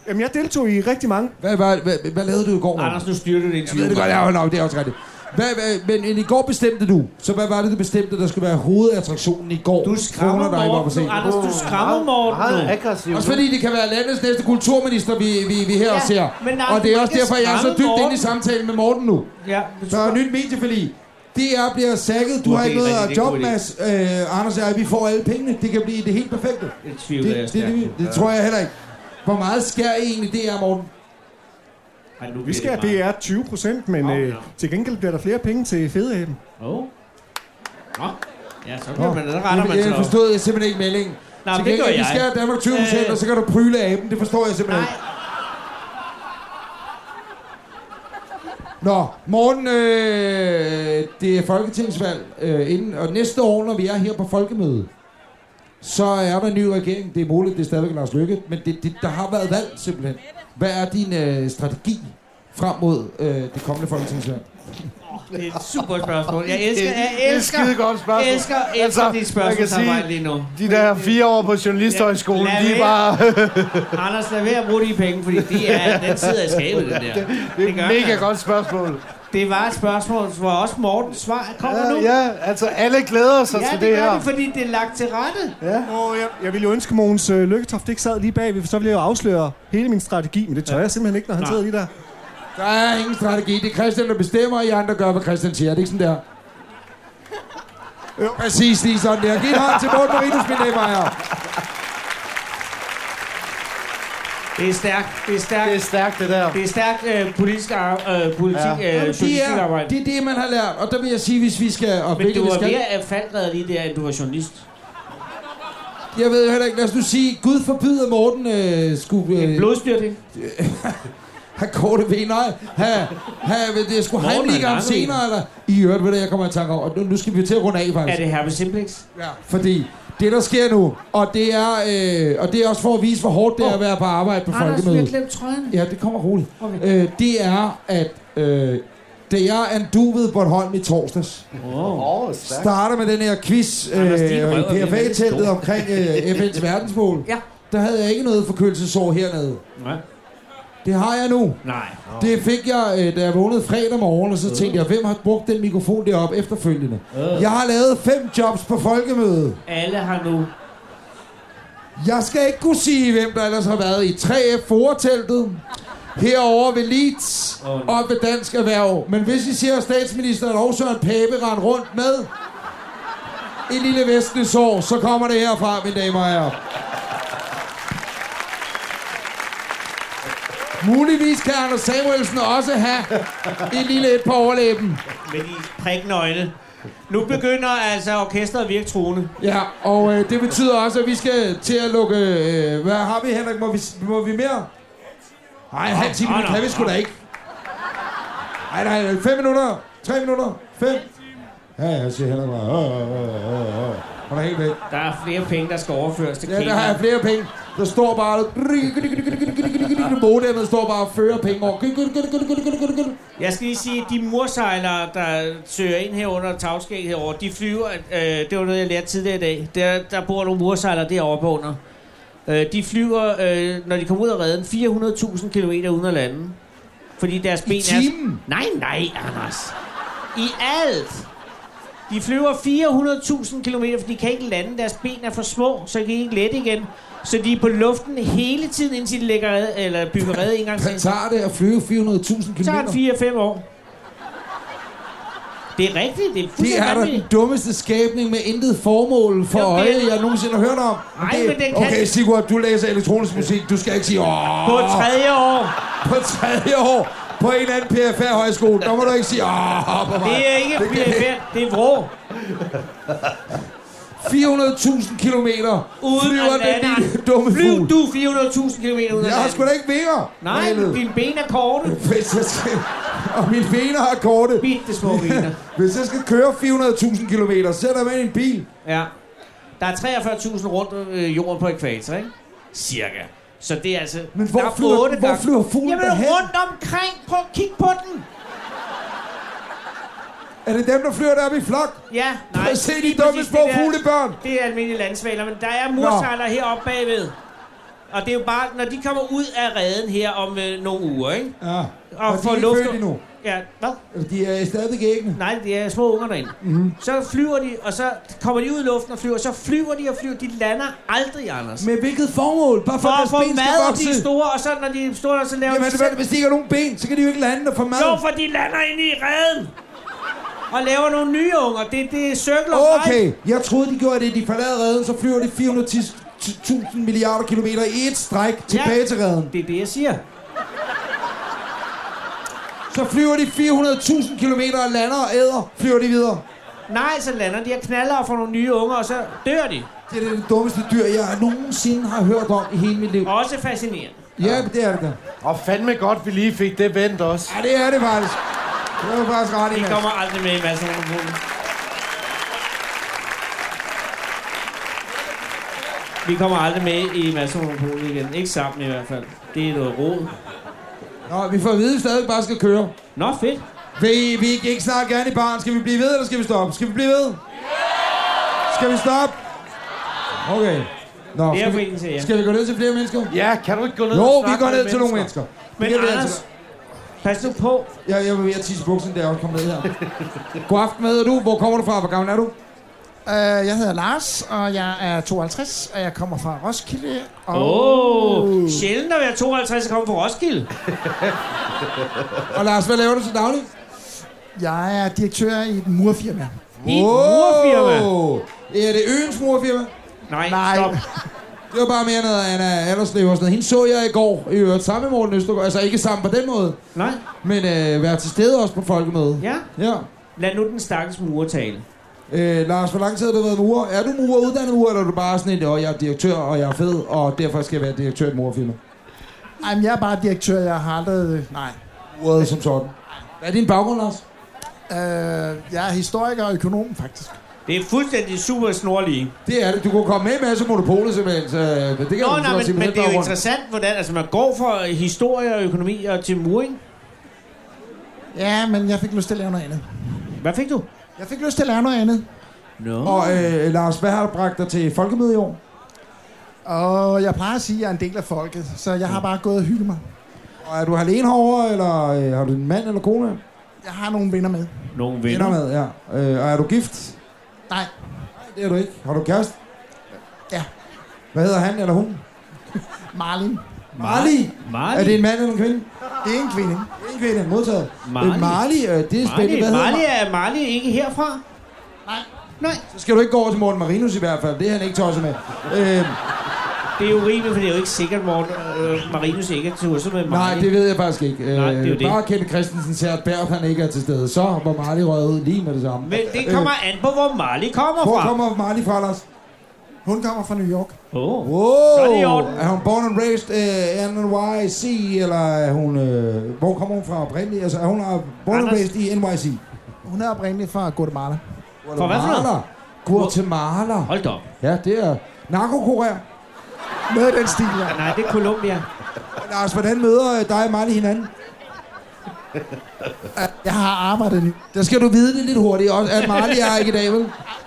Jamen, jeg deltog i rigtig mange.
Hvad, hvad, hvad, hvad lavede du i går? Morten?
Anders, nu styrer du det
Jeg ved det godt, jeg holder op, det er også rigtigt. Hvad, hvad, men i går bestemte du, så hvad var det, du bestemte, der skulle være hovedattraktionen i går?
Du skræmmer
Kroner, der ikke var
Morten.
på scenen.
nu. Anders, du skræmmer Morten. nu.
Meget aggressivt.
Også fordi det kan være landets næste kulturminister, vi, vi, vi her ja,
Ja,
ser.
men nej,
og det er
man
også
kan
derfor, jeg er så
skræmme
dybt inde i
Morten.
samtalen med Morten nu.
Ja,
Der er et nyt medieforlig. DR bliver sækket. Du
Nå,
har ikke
det er
noget
rigtigt, det
at
er en
job,
god idé.
Mads. Øh, Anders og jeg, vi får alle pengene. Det kan blive det helt perfekte. Det,
det tvivler jeg
det, det,
stærkt.
det, det tror jeg heller ikke. Hvor meget skærer I egentlig DR, Morten?
Ej, nu
Vi skal
bliver
have DR 20 procent, men
Nå,
øh,
ja.
til gengæld bliver der flere penge til fedehaben.
meget. Åh. Nå. Ja, så bliver man, så retter
Jeg,
man sig
jeg
op.
forstod jeg simpelthen ikke meldingen.
Nå,
Til
men det gør
gengæld,
jeg.
Vi skærer Danmark 20 procent,
Øh.
og så kan du pryle aben. Det forstår jeg simpelthen
Nej,
ikke. Nå, Morten, øh, det er folketingsvalg. Øh, inden, og næste år, når vi er her på folkemødet, så er der en ny regering. Det er muligt, det er stadigvæk Lars Lykke, men det, det, der har været valg simpelthen. Hvad er din øh, strategi frem mod øh, det kommende folketingsvalg?
det er et super spørgsmål. Jeg elsker, jeg
Det er et
elsker,
skidegodt spørgsmål.
elsker, elsker
Altså,
altså, dit
man kan sige-
spørgsmål, der lige nu.
De der fire år på Journalisthøjskolen,
Ja, lad
de er
være.
bare...
Anders, lad være at bruge de penge, fordi de er, den sidder i skabet, den der.
det er
gør
et mega
man.
godt spørgsmål.
Det var et spørgsmål, hvor også Mortens svar kommer nu.
Ja, ja, altså alle glæder sig
ja
til
det
det
gør
her.
det, fordi det er lagt til rette.
Og jeg, jeg ville jo ønske, Mogens øh, Lykketoft ikke sad lige bag, for så ville jeg jo afsløre hele min strategi, men det tør jeg simpelthen ikke, når han
Nej.
sidder lige der.
Der er ingen strategi. Det er Christian, der bestemmer, og I andre gør, hvad Christian siger. Er det ikke sådan der? Jo. Præcis lige sådan der. Giv en hånd til Morten Marinus, mine damer og herrer.
Det er stærkt, det er stærkt.
Det er stærkt, det der.
Det er stærkt øh, politisk, ar- øh, politik,
Ja.
ja. øh,
Det
journalistisk
er,
arbejde.
det er det, man har lært. Og der vil jeg sige, hvis vi skal... Og
Men
hvilket
du
vi
var
skal,
mere af faldred lige der, end du var journalist.
Jeg ved heller ikke, lad os nu sige, Gud forbyder at Morten øh, skulle øh,
Blodstyrting.
have korte ben, nej, have, have, det jeg skulle
Morten er
heimlige ham
lange
senere, eller i øvrigt, ved det, jeg kommer i tanke om, og nu, nu skal vi jo til at runde af,
Er
faktisk.
det herpes simplex?
Ja, fordi det, der sker nu, og det er, øh, og det er også for at vise, hvor hårdt det er at være på arbejde på
Anders, vi har
folkemødet.
glemt trøjen.
Ja, det kommer roligt.
Okay.
Øh, det er, at øh, det er Anduvet Bornholm i torsdags.
Oh.
Åh, stærkt.
starter med den her quiz øh,
Anders, din røv er
i
virkelig
PFA-teltet
stor.
omkring øh, FN's verdensmål.
Ja.
Der havde jeg ikke noget forkølelsesår hernede.
Nej.
Det har jeg nu.
Nej.
Det fik jeg, øh, da jeg vågnede fredag morgen, og så tænkte jeg, hvem har brugt den mikrofon deroppe efterfølgende?
Øh.
Jeg har lavet fem jobs på folkemødet.
Alle har nu...
Jeg skal ikke kunne sige, hvem der ellers har været i 3F Forteltet, herover ved Leeds
Åh, nej.
og ved Dansk Erhverv. Men hvis I siger, at statsministeren og Søren Pape rendte rundt med en lille vestnesår, så kommer det herfra, mine damer og herrer. Muligvis kan Anders Samuelsen også have en lille et på overlæben.
Med de prikkende øjne. Nu begynder altså orkestret at virke truende.
Ja, og øh, det betyder også, at vi skal til at lukke... Øh, hvad har vi, Henrik? Må vi, må vi mere? Nej, en halv time,
nå,
det kan
nå,
vi sgu
nå.
da ikke. Nej, nej, øh, fem minutter. Tre minutter. Fem. Ja, jeg siger Henrik bare. Øh, øh, øh, øh, øh. Han er helt væk.
Der er flere penge, der skal overføres til
Ja, der
Kina.
har jeg flere penge. Der står bare... Modemet står bare og fører penge over.
Jeg skal lige sige, at de mursejlere, der søger ind her under tagskæg herovre, de flyver, øh, det var noget, jeg lærte tidligere i dag, der, der bor nogle mursejlere derovre på under. Øh, de flyver, øh, når de kommer ud af redden, 400.000 km uden at lande. Fordi deres ben
I timen?
er... Nej, nej, Anders. I alt. De flyver 400.000 km, for de kan ikke lande. Deres ben er for små, så kan de ikke lette igen. Så de er på luften hele tiden, indtil de lægger red, eller bygger redde en gang til.
Hvad tager det at flyve 400.000 km?
Så er det 4-5 år. Det er rigtigt, det er
Det
fuldstændig
er
vanvittigt.
den dummeste skabning med intet formål for
Jamen, det er-
øje, jeg nogensinde har hørt om.
Ej,
det,
men den kan-
Okay, Sigurd, du læser elektronisk musik. Du skal ikke sige, åh,
På tredje år.
på tredje år på en eller anden PFR-højskole. Der må du ikke sige, åh, på mig.
Det er ikke PFR, det er vrå.
400.000 km
Uden
flyver
at
den
lande.
lille dumme
Flyv
fugl.
du 400.000 km uden at
Jeg har
lande.
sgu da ikke vinger.
Nej,
Malet.
dine ben er korte.
Hvis jeg skal... Og mine vinger er korte.
Bitte små ben.
Hvis jeg skal køre 400.000 km, sætter jeg mig ind i en bil.
Ja. Der er 43.000 rundt øh, jorden på ekvator, ikke? Cirka. Så det er altså...
Men hvor
der er
flyver-
otte
hvor
gange-
flyver fuglen
Jamen
derhen?
rundt omkring. Prøv at kigge på den.
Er det dem, der flyver deroppe i flok?
Ja, nej.
Prøv at se de
lige
dumme
præcis,
små
det der-
fuglebørn.
Det er almindelige landsvaler, men der er mursejler heroppe bagved. Og det er jo bare, når de kommer ud af reden her om øh, nogle uger, ikke?
Ja.
Og,
Og de er ikke født endnu.
Ja, hvad?
De er stadig æggene.
Nej, det er små unger derinde.
Mhm.
Mm-hmm. Så flyver de, og så kommer de ud i luften og flyver, så flyver de og flyver. De lander aldrig, Anders.
Med hvilket formål? Bare
for
for, at
at få
deres ben skal
mad, og de
vokse.
er store, og så når de er store, så laver
Jamen,
de
hvad-
selv...
hvad- hvis de ikke har nogen ben, så kan de jo ikke lande og få mad.
Jo, for de lander inde i reden og laver nogle nye unger. Det, det er circle of
Okay,
life.
jeg troede, de gjorde det. De forlader redden, så flyver de 410.000 milliarder kilometer i et stræk tilbage til redden.
Det er det, jeg siger.
Så flyver de 400.000 kilometer og lander og æder. Flyver de videre.
Nej, så lander de og knaller og får nogle nye unger, og så dør de.
Det er det dummeste dyr, jeg nogensinde har hørt om i hele mit liv.
Også fascinerende.
Ja, det er det da.
Og fandme godt, vi lige fik det vendt også.
Ja, det er det faktisk. Det er jo faktisk ret i,
Det
Mads.
kommer aldrig med i masser af Monopolet. Vi kommer aldrig med i masser af Monopolet igen. Ikke sammen i hvert fald. Det er noget rod.
Nå, vi får at vide, at vi stadig bare skal køre.
Nå, fedt.
Vil vi ikke snart gerne i barn? Skal vi blive ved, eller skal vi stoppe? Skal vi blive ved? Skal vi stoppe? Okay. Nå,
Det er
skal,
foreningen til
vi,
jer.
skal vi gå ned til flere mennesker?
Ja, kan du ikke gå ned
Jo,
og
vi
snakke
går
med
ned til nogle mennesker.
Men
Det er det
Anders,
altså.
pas nu på.
Jeg, jeg vil ved at tisse i buksen, da jeg også kom ned her. God aften, hvad hedder du? Hvor kommer du fra? Hvor gammel er du?
Øh, jeg hedder Lars, og jeg er 52, og jeg kommer fra Roskilde. Og
Åh, oh, sjældent at være 52 og komme fra Roskilde.
Og Lars, hvad laver du til daglig?
jeg er direktør i et murfirma.
I et murfirma.
Wow. Er det øens murfirma?
Nej,
Nej.
stop.
Det var bare mere noget Anna Allerslev og sådan noget. Hende så jeg i går, i øvrigt sammen med Morten Østergaard. Altså ikke sammen på den måde,
Nej,
men øh, være til stede også på folkemødet.
ja.
ja.
Lad nu den stakkels murer tale.
Øh, Lars, hvor lang tid har du været murer? Er du murer, uddannet murer, eller er du bare sådan en, at jeg er direktør, og jeg er fed, og derfor skal jeg være direktør i et murerfirma?
Ej, men jeg er bare direktør, jeg har aldrig... Nej.
Muret som sådan. Hvad er din baggrund, Lars?
Øh, jeg er historiker og økonom, faktisk.
Det er fuldstændig super snorlige.
Det er det. Du kunne komme med en masse monopolet, simpelthen. Så, øh, men det kan
Nå,
du
nej,
også sige
men, men det
på den
er jo
baggrund.
interessant, hvordan altså, man går fra historie og økonomi og til muring.
Ja, men jeg fik lyst til at lave noget andet.
Hvad fik du?
Jeg fik lyst til at lave noget andet.
Nå. No.
Og øh, Lars, hvad har du bragt dig til folkemødet i år?
Og jeg plejer at sige, at jeg er en del af folket, så jeg har bare gået og hygget mig.
Og er du alene herovre, eller øh, har du en mand eller kone?
Jeg har nogle venner med.
Nogle
Venner
venner.
med, ja. Øh, og er du gift?
Nej,
Det er du ikke. Har du kæreste?
Ja.
Hvad hedder han eller hun?
Marlin.
Marley.
Marley.
Er det en mand eller en kvinde?
Det er en kvinde.
Det er en kvinde, modtaget.
Marley.
Øh, Marley, øh, det er
Marley,
spændende. Hvad hedder
Marley er Marley ikke herfra?
Nej.
Nej.
Så skal du ikke gå over til Morten Marinus i hvert fald. Det er han ikke tosset med. Øh,
Det er jo rimeligt, for det er jo ikke sikkert, Morten øh, Marinus ikke er tosset med Marley.
nej, det ved jeg faktisk ikke. Øh,
Nej, det er jo det.
Bare Kenneth Christensen ser, at Berg, han ikke er til stede. Så var Marley røget ud lige med det samme.
Men det kommer an på, hvor Marley kommer
Hvor
fra.
kommer Marley fra, Lars?
Hun kommer fra New York.
Åh.
Wow.
Så er det i orden.
Er hun born and raised uh, NYC, eller er hun... Øh, hvor kommer hun fra oprindeligt? Altså, er hun øh, born and
Anders.
raised i NYC?
Hun er oprindeligt fra Guatemala.
Fra hvad for noget?
Guatemala. Guatemala.
Hold da op.
Ja, det er narkokorea.
Noget af den stil, ja.
Nej, det er Columbia.
Lars, hvordan møder øh, dig og Marley hinanden?
Jeg har arbejdet nu.
Der skal du vide det lidt hurtigt også, at Marley er ikke i dag, vel?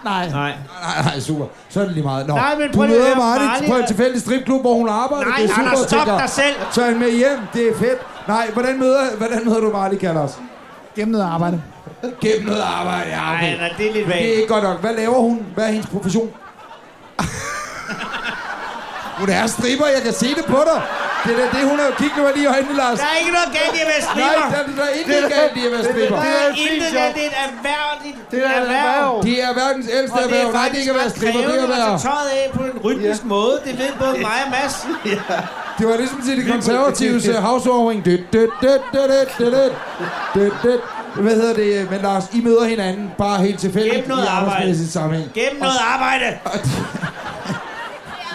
Nej.
Nej.
Nej, nej, super. Så er det lige meget. Nå,
Nej, men
du
prøv lige at
møder
høre,
Marley,
Marley
på en
er-
tilfældig stripklub, hvor hun arbejder.
Nej,
det er super,
Anders, stop
tænker.
dig selv.
Tag hende med hjem, det er fedt. Nej, hvordan møder, hvordan møder du Marley, Kallers?
Gennem noget arbejde.
Gennem noget arbejde, ja,
Nej,
okay.
nej, det er lidt
Det er
vagt.
ikke godt nok. Hvad laver hun? Hvad er hendes profession? hun er stripper, jeg kan se det på dig. Det er da det, hun har kigget mig lige i øjnene, Lars.
Der er ikke noget galt i at være
Nej,
stripper.
der, der er intet galt i at være stripper.
Der
Det er
er
et fint
intet
job.
galt. Det er et erhvervligt
Det er et erhverv.
Det er verdens ældste
Og det
erhverv.
er
Nej, det er
faktisk
ikke at være
ret
stripper, det er at
krævende altså,
være...
at tage tøjet af på en rytmisk måde. Det ved både mig og Mads.
Det var ligesom til det konservatives øh, housewarming. Død, død, død, død, død, død, død, død, død. Hvad hedder det? øh, Men Lars, I møder hinanden bare helt tilfældigt
Gennem noget
i
arbejde.
arbejdsmæssigt sammenhæng.
Gennem noget arbejde.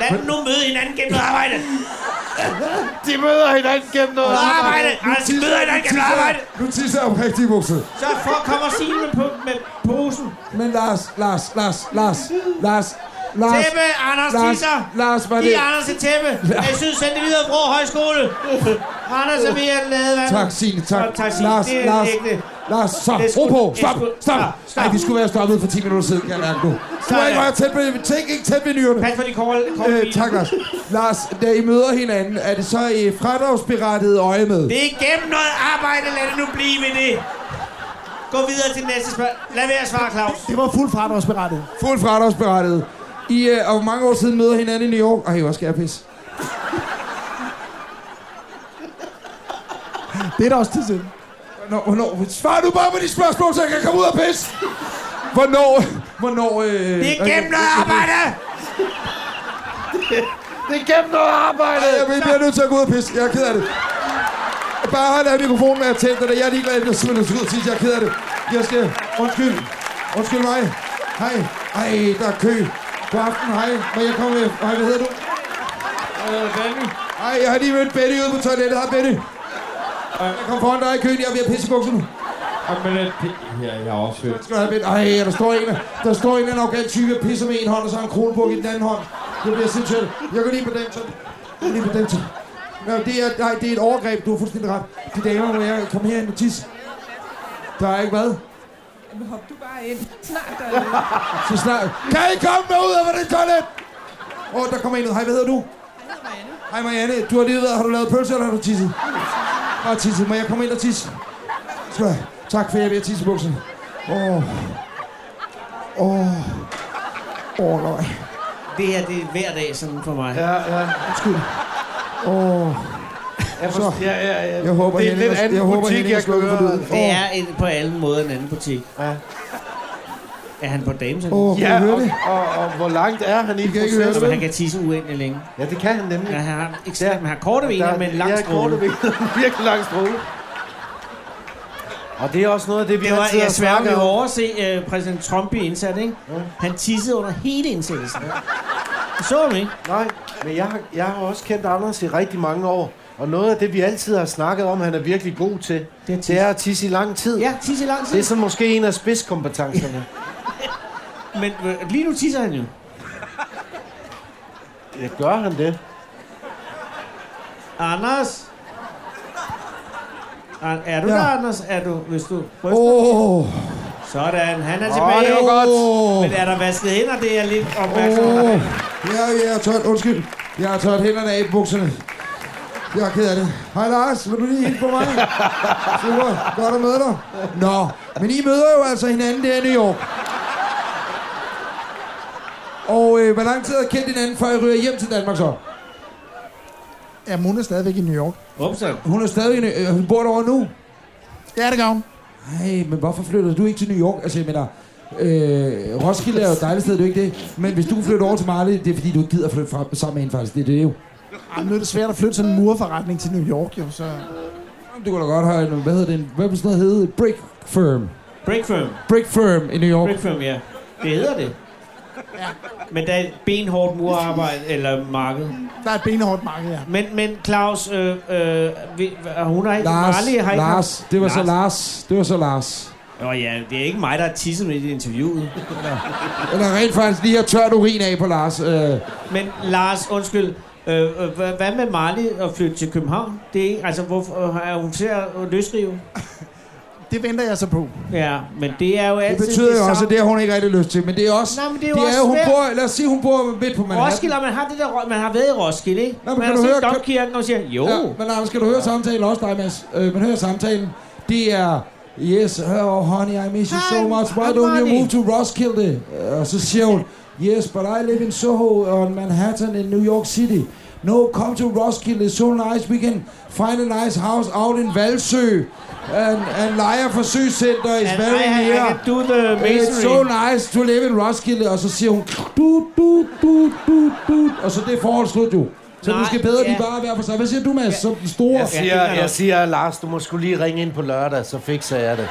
Lad dem nu møde hinanden gennem noget arbejde.
De møder hinanden gennem noget
Noget arbejde. Altså, de møder hinanden gennem noget arbejde.
Nu tisser jeg oprigtigt i bukset.
Så for kommer Signe på med posen.
Men Lars, Lars, Lars, Lars, Lars, Lars,
Tæppe, Anders
Lars,
tisser.
Lars, var
Giv
det...
Anders et tæppe. Jeg synes, send det videre fra Højskole. Anders er ved at lade vandet.
Tak, Signe, tak.
Tak, Signe.
Lars,
Det er
Lars,
ægte.
Lars, så,
Det er sgu-
ro på,
det er
stop,
sgu-
stop.
stop, Ah, stop.
Nej, vi skulle være stoppet for 10 minutter siden, kan jeg mærke nu. Du må
Sådan.
ikke være tæt ved, tænk ikke tæt ved nyrerne.
Pas på de korte. korte
Øh, tak, Lars. Lars, da I møder hinanden, er det så i fradragsberettiget øje med?
Det er igennem noget arbejde, lad det nu blive ved det. Gå videre til næste spørgsmål. Lad være at svare, Claus.
Det var fuldt fradragsberettet.
Fuldt fradragsberettiget. I, øh, og hvor mange år siden møder hinanden i New York? Ej, hvor skal jeg pisse.
Det er da også tid til.
Hvornår, hvornår, svar nu bare på de spørgsmål, så jeg kan komme ud og pisse. Hvornår, hvornår... Øh,
Det er igennem noget arbejde.
Det er gennem noget arbejde.
Ej, jeg bliver- bliver nødt til at gå ud og pisse. Jeg er ked af det. Bare hold af mikrofonen, når jeg tænder det. Jeg er ligeglad, at jeg smider ud og siger, jeg er ked af det. Jeg skal... Undskyld. Undskyld mig. Hej. Ej, der er kø. God aften, hej. Må jeg komme med? Hej, hvad hedder du? Ej, jeg har lige mødt Betty ude på toilettet. Hej, Betty. Jeg kom foran dig i køen. Jeg er ved at pisse i bukserne.
Jamen, øh, det- ja, jeg har også hørt.
Skal du have Betty? Ej, der står en, af- der står en af en afghan type og pisser med en hånd, og så har han en kronebuk i den anden hånd. Det bliver sindssygt. Jeg går lige på den tøj. Jeg går lige på den tøj. Nej, det er, nej, det er et overgreb. Du har fuldstændig ret. De damer, må jeg komme herind og tisse. Der er ikke hvad?
Jamen, hop du bare ind. Snart der er
Så snart. Kan I komme med ud af det toilet? Åh, oh, der kommer en ud. Hej, hvad hedder du? Hej Marianne, du har lige været, har du lavet pølse, eller har du tisset? Jeg har tisset. Må jeg komme ind og tisse? Skal jeg? Tak for, at jeg er ved at tisse i bukserne. Åh. Åh. Åh, nej.
Det her, det er hver dag sådan for mig.
Ja, ja.
Undskyld. Åh.
Jeg, for,
Så.
ja, ja, ja.
Jeg håber,
det er en
Henning
lidt
har-
anden
jeg håber,
butik,
Henning har
jeg kan
slukket for
høre.
lyden.
Det
Åh.
er en, på alle måder en anden butik.
Ja.
Er han på dames?
Åh, kan
Ja,
I høre
og,
det?
og, og, hvor langt er han i
kan ikke høre
processen?
Han kan tisse uendelig længe.
Ja, det kan han nemlig.
Ja, han har, ekstremt, han har korte
Der-
vener, men lang
ja, korte
stråle.
ben. Virkelig lang stråle. Og det er også noget af det, vi
Det var,
altid har
jeg sværger, vi
snakket om.
over at se uh, præsident Trump blive indsat, ikke? Han tissede under hele indsættelsen. Så ham ikke?
Nej, men jeg, har- jeg har også kendt Anders i rigtig mange år. Og noget af det, vi altid har snakket om, han er virkelig god til,
Det er
det er,
tisse.
at tisse i lang tid.
Ja, tisse i lang
Det
tid.
er så måske en af spidskompetencerne.
Men øh, lige nu tisser han jo.
Ja, gør han det?
Anders? An- Er du
Ja.
ja. der, Anders? Er du, hvis du ryster? Oh.
Åh.
Sådan, han er tilbage.
det var godt.
Åh.
Men er der vasket hænder? Det er jeg lidt opmærksom på.
Åh. Ja, jeg er tørt. Undskyld. Jeg har tørt hænderne af i bukserne. Jeg er ked af det. Hej Lars, vil du lige hilse på mig? Super, godt at møde dig. Nå, men I møder jo altså hinanden der i New York. Og øh, hvor lang tid har I kendt hinanden, før I ryger hjem til Danmark så?
Ja, hun er stadigvæk i New York.
Upsen.
Hun er stadig, i Ny- øh, hun bor derovre nu.
Ja, det gør hun.
Nej, men hvorfor flyttede du ikke til New York? Altså, jeg mener, øh, Roskilde er jo et dejligt sted, det er jo ikke det. Men hvis du flytter over til Marley, det er fordi, du ikke gider flytte fra, sammen med hende faktisk. Det er det jo.
Ej, nu er det svært at flytte sådan en murforretning til New York, jo, så...
Du kunne da godt have en, hvad hedder det, en, hvad vil sådan noget hedde? Brick Firm.
Break firm.
Brick Firm i New York.
Break firm, ja. Det hedder det. Men der er et benhårdt murarbejde, eller marked.
Der er et benhårdt marked her.
Men, men Claus, øh, øh, vi- hva- hun har ikke...
Lars,
Marley har ikke
Lars, det var så Lars, det var så Lars.
Nå ja, det er ikke mig, der har tisset med i det interviewet.
Eller rent faktisk lige har tørt urin af på Lars. Øh,
Men Lars, undskyld. Øh, øh, hva- hvad med Marley at flytte til København? Det er ikke, altså, hvorfor øh, er hun til at løsrive?
Det venter jeg så på.
Ja, men det er jo
det
altid
betyder jo også,
samme.
at det har hun ikke rigtig lyst til. Men det er også,
Nå, men det er
det
jo
er
også
jo, hun
svært.
bor, lad os sige, hun bor midt på Manhattan.
Roskilde, og man har, det der, Ro- man har været i Roskilde, ikke?
men
man
kan
har
du
set
høre- kan-
domkirken og siger, jo.
Ja, men Anders, skal du høre samtalen også dig, Mads? Øh, men hør samtalen. Det er Yes, oh honey, I miss you so
Hi,
much. Why
hi,
don't you
honey.
move to Roskilde? øh, Og så siger hun, yes, but I live in Soho on Manhattan in New York City. No, come to Roskilde, it's so nice. We can find a nice house out in Valsø. And, and Leia Forsøgscenter is
And
very
I- I
near.
can do the
It's so
masonry.
nice to live in Roskilde. Og så siger hun, du, du, du, du, du. Og så det forhold slut jo. Så
Nej,
måske bedre,
ja.
de bare er hver for sig. Hvad siger du, Mads? Som den store.
Jeg siger, jeg siger, Lars, du må skulle lige ringe ind på lørdag, så fikser jeg det.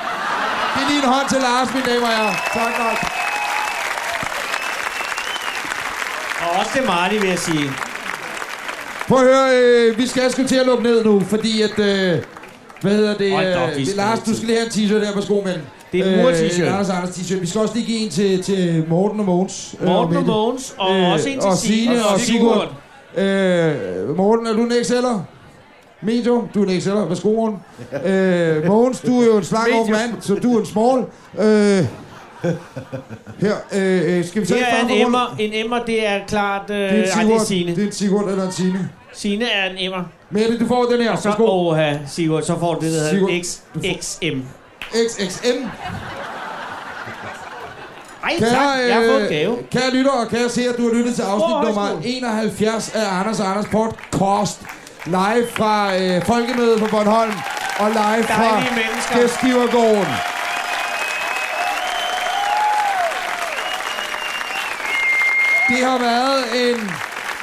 Giv lige en hånd til Lars, mine damer og herrer. Tak, Lars.
Og også til Marty, vil jeg sige.
Prøv at høre, øh, vi skal sgu til at lukke ned nu, fordi at... Øh, hvad hedder det?
Hold da op,
øh,
de skal
Lars,
have
du skal lige have en t-shirt her på skomænd.
Det er en mur-t-shirt.
Anders Anders t-shirt. Vi skal også lige give en til, til Morten og Mogens. øh,
Morten og
Mette. Øh,
Mogens, og også en til
og
Signe
Signe
og
og Sigurd.
Sigurd.
Øh, Morten, er du en XL'er? Medium, du er en XL'er. Værsgo, Morten. Øh, Mogens, du er jo en slank mand, så du er en small. Øh, her, øh, øh, skal vi tage
Her er en
farverunde?
emmer. En emmer, det er klart... Øh,
Det er en
ej, det er
Sigurd,
Signe.
det er en Sigurd eller en Signe.
Signe er en emmer.
Mette, du får den her.
Og så,
Værsgo.
åha, Sigurd, så får du det, der
Sigurd,
hedder XXM.
XXM.
Ej, tak. Jeg har fået
øh,
en gave.
Kære lytter, og kære se, at du har lyttet til afsnit
Hvor er
nummer
højskolen?
71 af Anders og Anders Podcast. Live fra øh, Folkemødet på Bornholm. Og live fra
Dejlige mennesker.
Gæstgivergården. Det har været en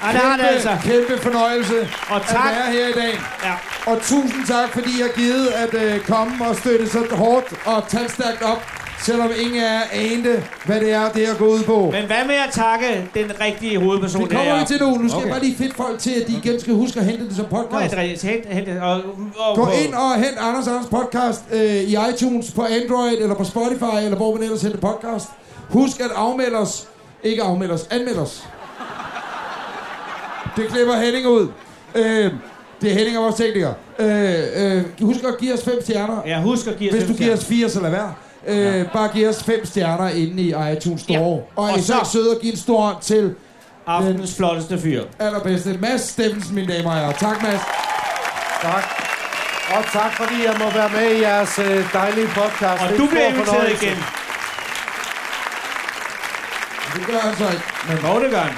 Ej, det har det altså.
kæmpe fornøjelse
Og
at
tak.
være her i dag.
Ja.
Og tusind tak, fordi I har givet at øh, komme og støtte så hårdt og talstærkt op, selvom ingen af jer anede, hvad det er, det her går ud på. Men
Men hvad med at takke den rigtige hovedperson,
det kommer
her?
vi til nu. Nu skal okay.
Okay.
jeg bare lige fedte folk til, at de igen skal huske at hente det som
Nå,
podcast.
Andreas, hent, hent, og, og,
Gå ind og hent Anders og Anders podcast øh, i iTunes, på Android eller på Spotify, eller hvor man ellers henter podcast. Husk at afmelde os. Ikke afmelde os, anmeld os. Det klipper Henning ud. Øh, det er Henning og vores tekniker. Øh, øh, husk at give os fem stjerner.
Ja, husk at give os
Hvis
fem
du giver os
stjerner.
fire, så lad være. Øh, ja. Bare giv os fem stjerner inde i iTunes Store.
Ja.
Ja. Og,
Og
og så
så-
søde at give en stor hånd til
Aftenens flotteste fyr.
allerbedste Mads Steffensen, mine damer og herrer. Tak, Mads.
Tak. Og tak, fordi jeg må være med i jeres øh, dejlige podcast.
Og
Det er
du
en
bliver
stor
inviteret
fornøjelse.
igen.
Det gør han så ikke. Men
Månegang.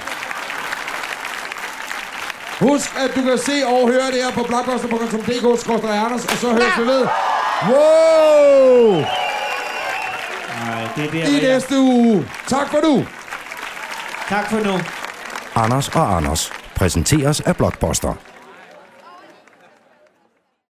husk, at du kan se og høre det her på blockbuster.dk-anders, og så høres vi ved. Wow!
Nej, det er der,
I
hvor jeg-
næste uge. Tak for nu.
Tak for nu.
Anders og Anders præsenteres af Blockbuster.